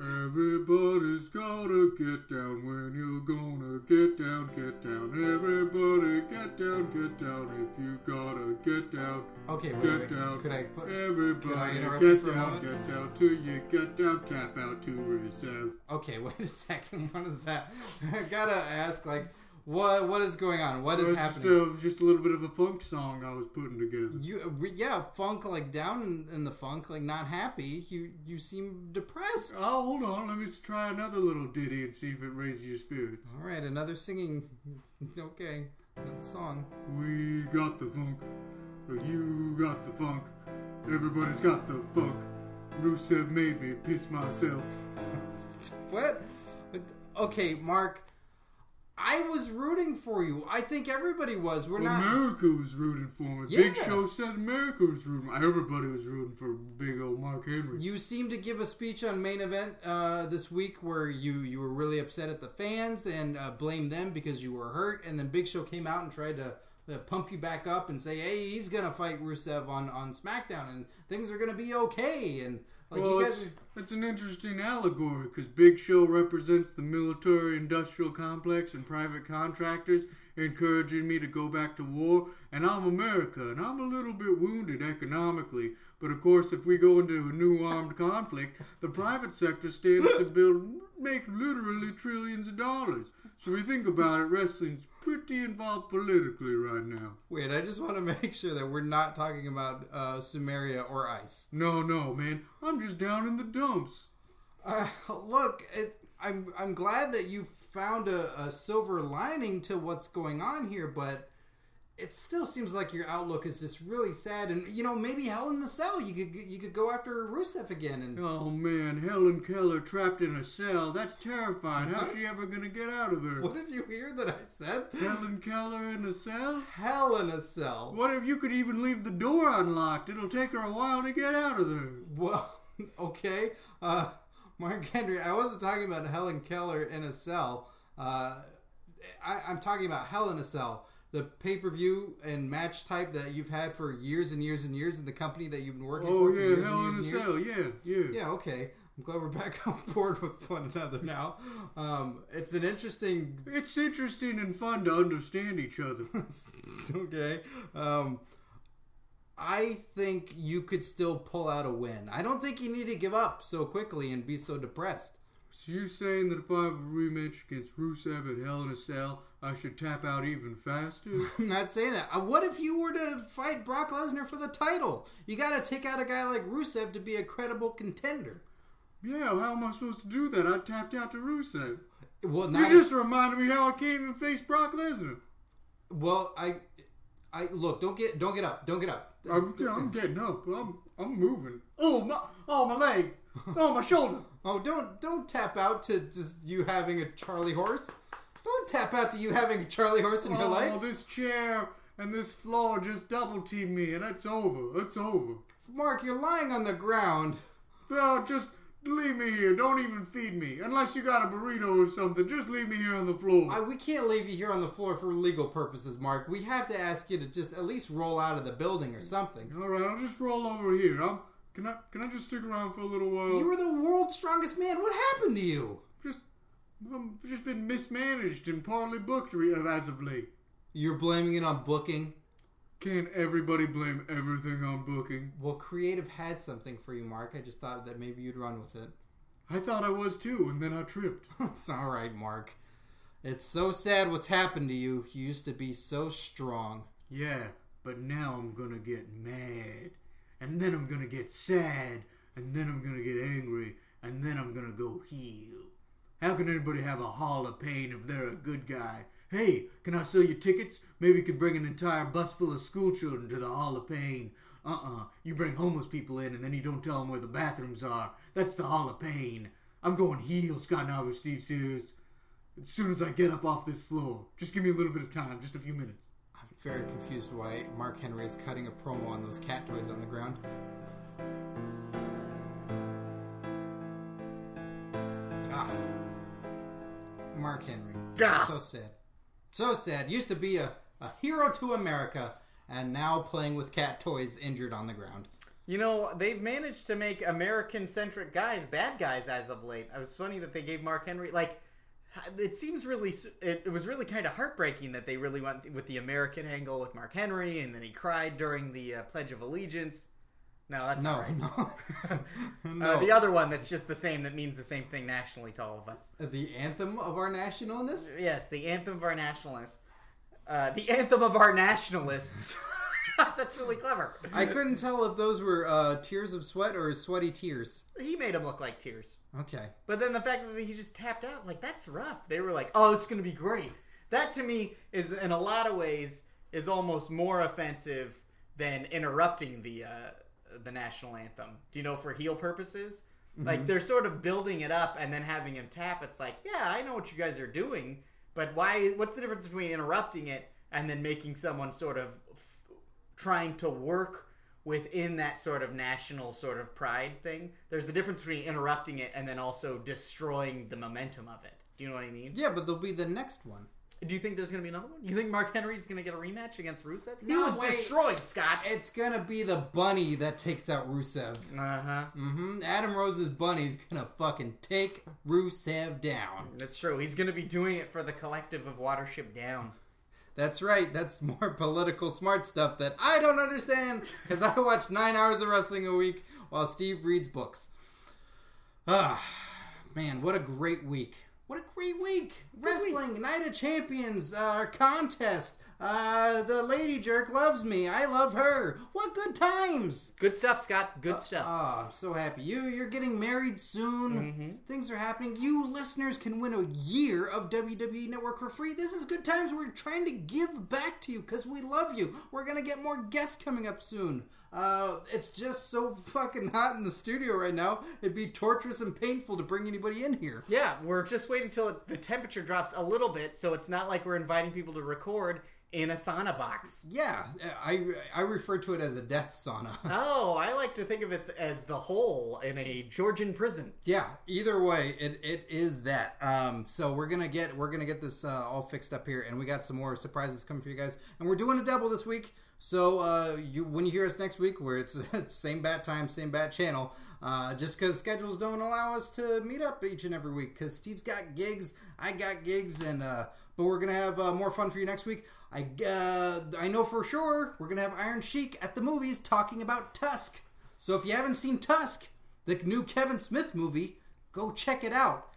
Everybody's gotta get down when you're gonna get down, get down. Everybody get down, get down if you gotta get down.
Okay, wait,
Get
wait.
down.
Could I put?
Everybody
could I interrupt you
get
for a
down,
moment?
get down till you get down, tap out to reserve.
Okay, <laughs> wait a second. What is that? <laughs> I gotta ask, like, what what is going on? What is
It's
happening?
Just, uh, just a little bit of a funk song I was putting together.
You we- yeah, funk like down in, in the funk, like not happy. You you seem depressed.
Oh, hold on. Let me s- try another little ditty and see if it raises your spirits.
All right, <laughs> another singing. Okay, another song.
We got the funk. You got the funk. Everybody's got the funk. Rusev made me piss myself.
What? But- Okay, Mark. I was rooting for you. I think everybody was. We're not.
America was rooting for me. Big
Yeah.
Show said America was rooting. Everybody was rooting for big old Mark Henry.
You seemed to give a speech on main event uh, this week where you you were really upset at the fans and uh, blamed them because you were hurt, and then Big Show came out and tried to. uh, Pump you back up and say, "Hey, he's gonna fight Rusev on on SmackDown, and things are gonna be okay." And like you
well, it's,
guys,
it's an interesting allegory because Big Show represents the military-industrial complex and private contractors encouraging me to go back to war, and I'm America, and I'm a little bit wounded economically. But of course, if we go into a new armed conflict, the private sector stands to build, make literally trillions of dollars. So we think about it, wrestling's pretty involved politically right now.
wait, I just want to <laughs> make sure that we're not talking about uh, Sumeria or Ice.
No, no, man, I'm just down in the dumps.
Uh, <laughs> look, it, I'm I'm glad that you found a, a silver lining to what's going on here, but it still seems like your outlook is just really sad. And you know, maybe Hell in the Cell, you could you could go after Rusev again, and
Oh man, Helen Keller trapped in a cell. That's terrifying. How's she ever gonna get out of
<laughs>
there?
what did you hear that I said?
Helen Keller in a cell?
Hell in a Cell.
What if you could even leave the door unlocked? It'll take her a while to get out of there.
Well, <laughs> okay, uh, Mark Henry, I wasn't talking about Helen Keller in a cell. Uh, I, I'm talking about Hell in a Cell, the pay per view and match type that you've had for years and years and years, and the company that you've been working
Oh
for for
yeah,
years
Hell
and years
in
and
a
years.
cell. Yeah, yeah.
Yeah, okay. I'm glad we're back <laughs> on board with one another now. Um, it's an interesting
It's interesting and fun to understand
<laughs>
each other.
okay. Um, I think you could still pull out a win. I don't think you need to give up so quickly and be so depressed. <laughs>
so you saying that if I have a rematch against Rusev at Hell in a Cell, I should tap out even faster?
<laughs> I'm not saying that. Uh, What if you were to fight Brock Lesnar for the title? You got to take out a guy like Rusev to be a credible contender.
yeah, how am I supposed to do that? I tapped out to Rusev.
Well,
You
not
just reminded me how I can't even face Brock Lesnar.
well. I, I look. Don't get. Don't get up. Don't get up.
I'm, I'm getting up. I'm I'm moving. Oh my! Oh my leg! Oh my shoulder!
Oh, don't don't tap out to just you having a Charlie horse. Don't tap out to you having a Charlie horse in <laughs> your
oh,
life,
this chair and this floor just double teamed me, and it's over. It's over.
Mark. You're lying on the ground.
No, just leave me here. Don't even feed me, unless you got a burrito or something. Just leave me here on the floor.
I, we can't leave you here on the floor for legal purposes, Mark. We have to ask you to just at least roll out of the building or something.
All right, I'll just roll over here. I'm. Can I can I just stick around for a little while?
You were the world's strongest man. What happened to you?
just. I'm just been mismanaged and poorly booked re- uh, as of late.
You're blaming it on booking.
Can't everybody blame everything on booking?
Well, creative had something for you, Mark. I just thought that maybe you'd run with it. <laughs>
I thought I was too, and then I tripped.
it's all right, Mark. It's so sad what's happened to you. You used to be so strong.
Yeah, but now I'm gonna get mad. And then I'm gonna get sad. And then I'm gonna get angry. And then I'm gonna go heal. How can anybody have a hall of pain if they're a good guy? Hey, can I sell you tickets? Maybe you could bring an entire bus full of schoolchildren to the hall of pain. Uh uh You bring homeless people in and then you don't tell them where the bathrooms are. That's the hall of pain. I'm going heel, Scott Novel, Steve Sears. As soon as I get up off this floor. Just give me a little bit of time, just a few minutes.
I'm very confused why Mark Henry is cutting a promo on those cat toys on the ground. Ah. Mark Henry.
Gah.
So sad. So sad. Used to be a, a hero to America and now playing with cat toys injured on the ground.
You know, they've managed to make American centric guys bad guys as of late. It was funny that they gave Mark Henry, like, it seems really, it, it was really kind of heartbreaking that they really went with the American angle with Mark Henry, and then he cried during the uh, Pledge of Allegiance. No, that's
Oh, No, <laughs>
not
no.
right. <laughs> Uh,
no.
the other one that's just the same, that means the same thing nationally to all of us.
the anthem of our nationalness?
Yes, the anthem of our nationalists. Uh, the <laughs> anthem of our nationalists. <laughs> that's really clever.
I couldn't tell if those were uh, tears of sweat or sweaty tears.
He made him look like tears.
Okay.
But then the fact that he just tapped out, like that's rough. They were like, "Oh, it's gonna be great." That to me is, in a lot of ways, is almost more offensive than interrupting the uh, the national anthem. Do you know for heel purposes? Like they're sort of building it up and then having him tap. It's like, yeah, I know what you guys are doing, but why? What's the difference between interrupting it and then making someone sort of f- trying to work within that sort of national sort of pride thing? There's a difference between interrupting it and then also destroying the momentum of it. Do you know what I mean?
Yeah, but there'll be the next one.
Do you think there's going to be another one? You think Mark Henry's going to get a rematch against Rusev? He
No
was
way.
destroyed, Scott.
It's gonna be the bunny that takes out Rusev.
Uh huh.
hmm Adam Rose's bunny's gonna fucking take Rusev down.
That's true. He's going to be doing it for the collective of Watership Down.
That's right. That's more <laughs> political smart stuff that I don't understand because I watch nine hours of wrestling a week while Steve reads books. Ah, man, what a great week! What a great week! Wrestling Night of Champions uh, contest. Uh, the lady jerk loves me. I love her. What good times!
Good stuff, Scott. Good stuff.
Ah, I'm so happy. You you're getting married soon. Things are happening. You listeners can win a year of WWE Network for free. This is good times. We're trying to give back to you because we love you. We're gonna get more guests coming up soon. Uh, it's just so fucking hot in the studio right now. It'd be torturous and painful to bring anybody in here.
yeah, we're just waiting till it, the temperature drops a little bit, so it's not like we're inviting people to record in a sauna box.
Yeah, I I refer to it as a death sauna. <laughs>
Oh, I like to think of it as the hole in a Georgian prison.
Yeah. Either way, it, it is that. Um, so we're gonna get we're gonna get this uh, all fixed up here, and we got some more surprises coming for you guys. And we're doing a double this week. So uh, you when you hear us next week, where it's <laughs> same bat time, same bat channel, uh, just because schedules don't allow us to meet up each and every week. Because Steve's got gigs, I got gigs, and uh, but we're gonna have uh, more fun for you next week. I uh, I know for sure we're gonna have Iron Sheik at the movies talking about Tusk. So if you haven't seen Tusk, the new Kevin Smith movie, go check it out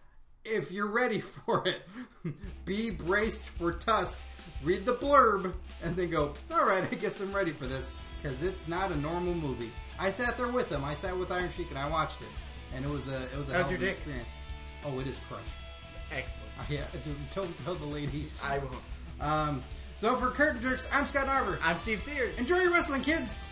if you're ready <laughs> for it. Be braced for Tusk. Read the blurb and then go, all right, I guess I'm ready for this because it's not a normal movie. I sat there with him. I sat with Iron Sheik and I watched it, and it was a it was a hell
How's
of
your
an
dick?
experience. Oh, it is crushed. <laughs>
Excellent.
Yeah, dude, don't tell the lady.
I will.
Um, so for Curtain Jerks, I'm Scott Narver.
I'm Steve Sears.
Enjoy your wrestling, kids.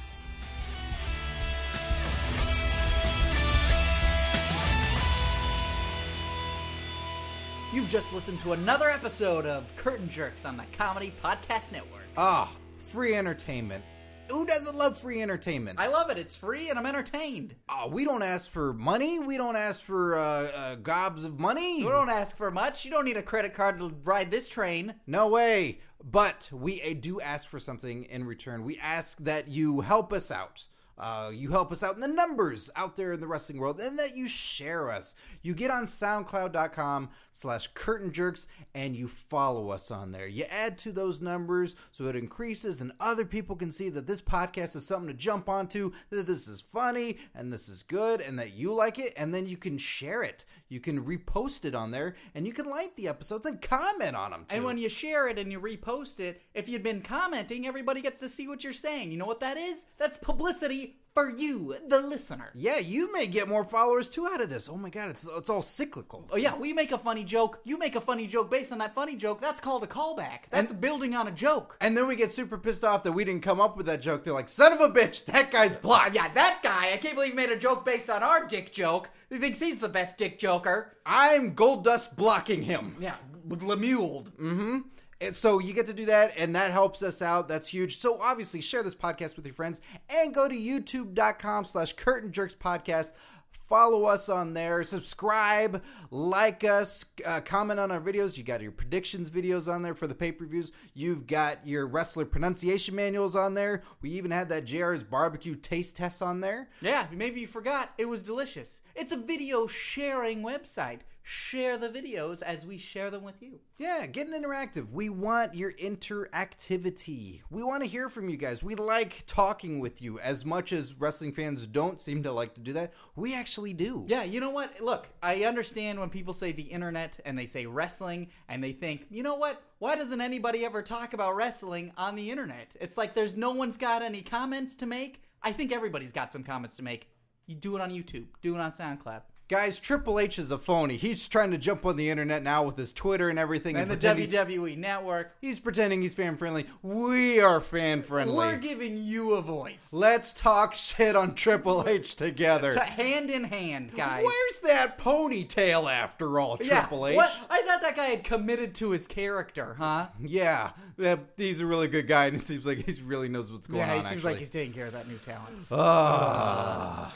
You've just listened to another episode of Curtain Jerks on the Comedy Podcast Network.
Ah, free entertainment. Who doesn't love free entertainment?
I love it. It's free and I'm entertained.
Ah, we don't ask for money. We don't ask for uh, uh, gobs of money.
You don't ask for much. You don't need a credit card to ride this train.
No way. But we uh, do ask for something in return. We ask that you help us out. Uh, you help us out in the numbers out there in the wrestling world and that you share us. You get on soundcloud.com slash curtain jerks and you follow us on there. You add to those numbers so it increases and other people can see that this podcast is something to jump onto, that this is funny and this is good and that you like it and then you can share it. You can repost it on there and you can like the episodes and comment on them too.
And when you share it and you repost it, if you'd been commenting, everybody gets to see what you're saying. You know what that is? That's publicity for you, the listener.
Yeah, you may get more followers too out of this. Oh my god, it's it's all cyclical.
Oh yeah, we make a funny joke. You make a funny joke based on that funny joke. That's called a callback. That's building on a joke.
And then we get super pissed off that we didn't come up with that joke. They're like, "Son of a bitch, that guy's blocked."
Yeah, that guy. I can't believe he made a joke based on our dick joke. He thinks he's the best dick joker.
I'm Gold Dust blocking him.
Yeah, Lemuled.
And so you get to do that, and that helps us out. That's huge. So obviously, share this podcast with your friends, and go to YouTube.com/slash Curtain Jerks Podcast. Follow us on there, subscribe, like us, uh, comment on our videos. You got your predictions videos on there for the pay per views. You've got your wrestler pronunciation manuals on there. We even had that JR's barbecue taste test on there.
Yeah, maybe you forgot. It was delicious. It's a video sharing website. Share the videos as we share them with you.
Yeah, getting interactive. We want your interactivity. We want to hear from you guys. We like talking with you as much as wrestling fans don't seem to like to do that. We actually do.
Yeah, you know what? Look, I understand when people say the internet and they say wrestling and they think, you know what? Why doesn't anybody ever talk about wrestling on the internet? It's like there's no one's got any comments to make. I think everybody's got some comments to make. You do it on YouTube, do it on SoundCloud.
Guys, Triple H is a phony. He's trying to jump on the internet now with his Twitter and everything,
and the E
pretend he's-
WWE Network.
He's, pretending he's fan friendly. We are fan
We're
friendly.
giving you a voice.
Let's talk shit on Triple H together.
To- hand in hand, guys.
Where's that ponytail after all,
Yeah,
Triple H?
What? I thought that guy had committed to his character, huh?
Yeah, yeah, he's a really good guy, and it seems like he really knows what's going
yeah,
on.
he seems
actually.
like he's taking care of that new talent.
Ah.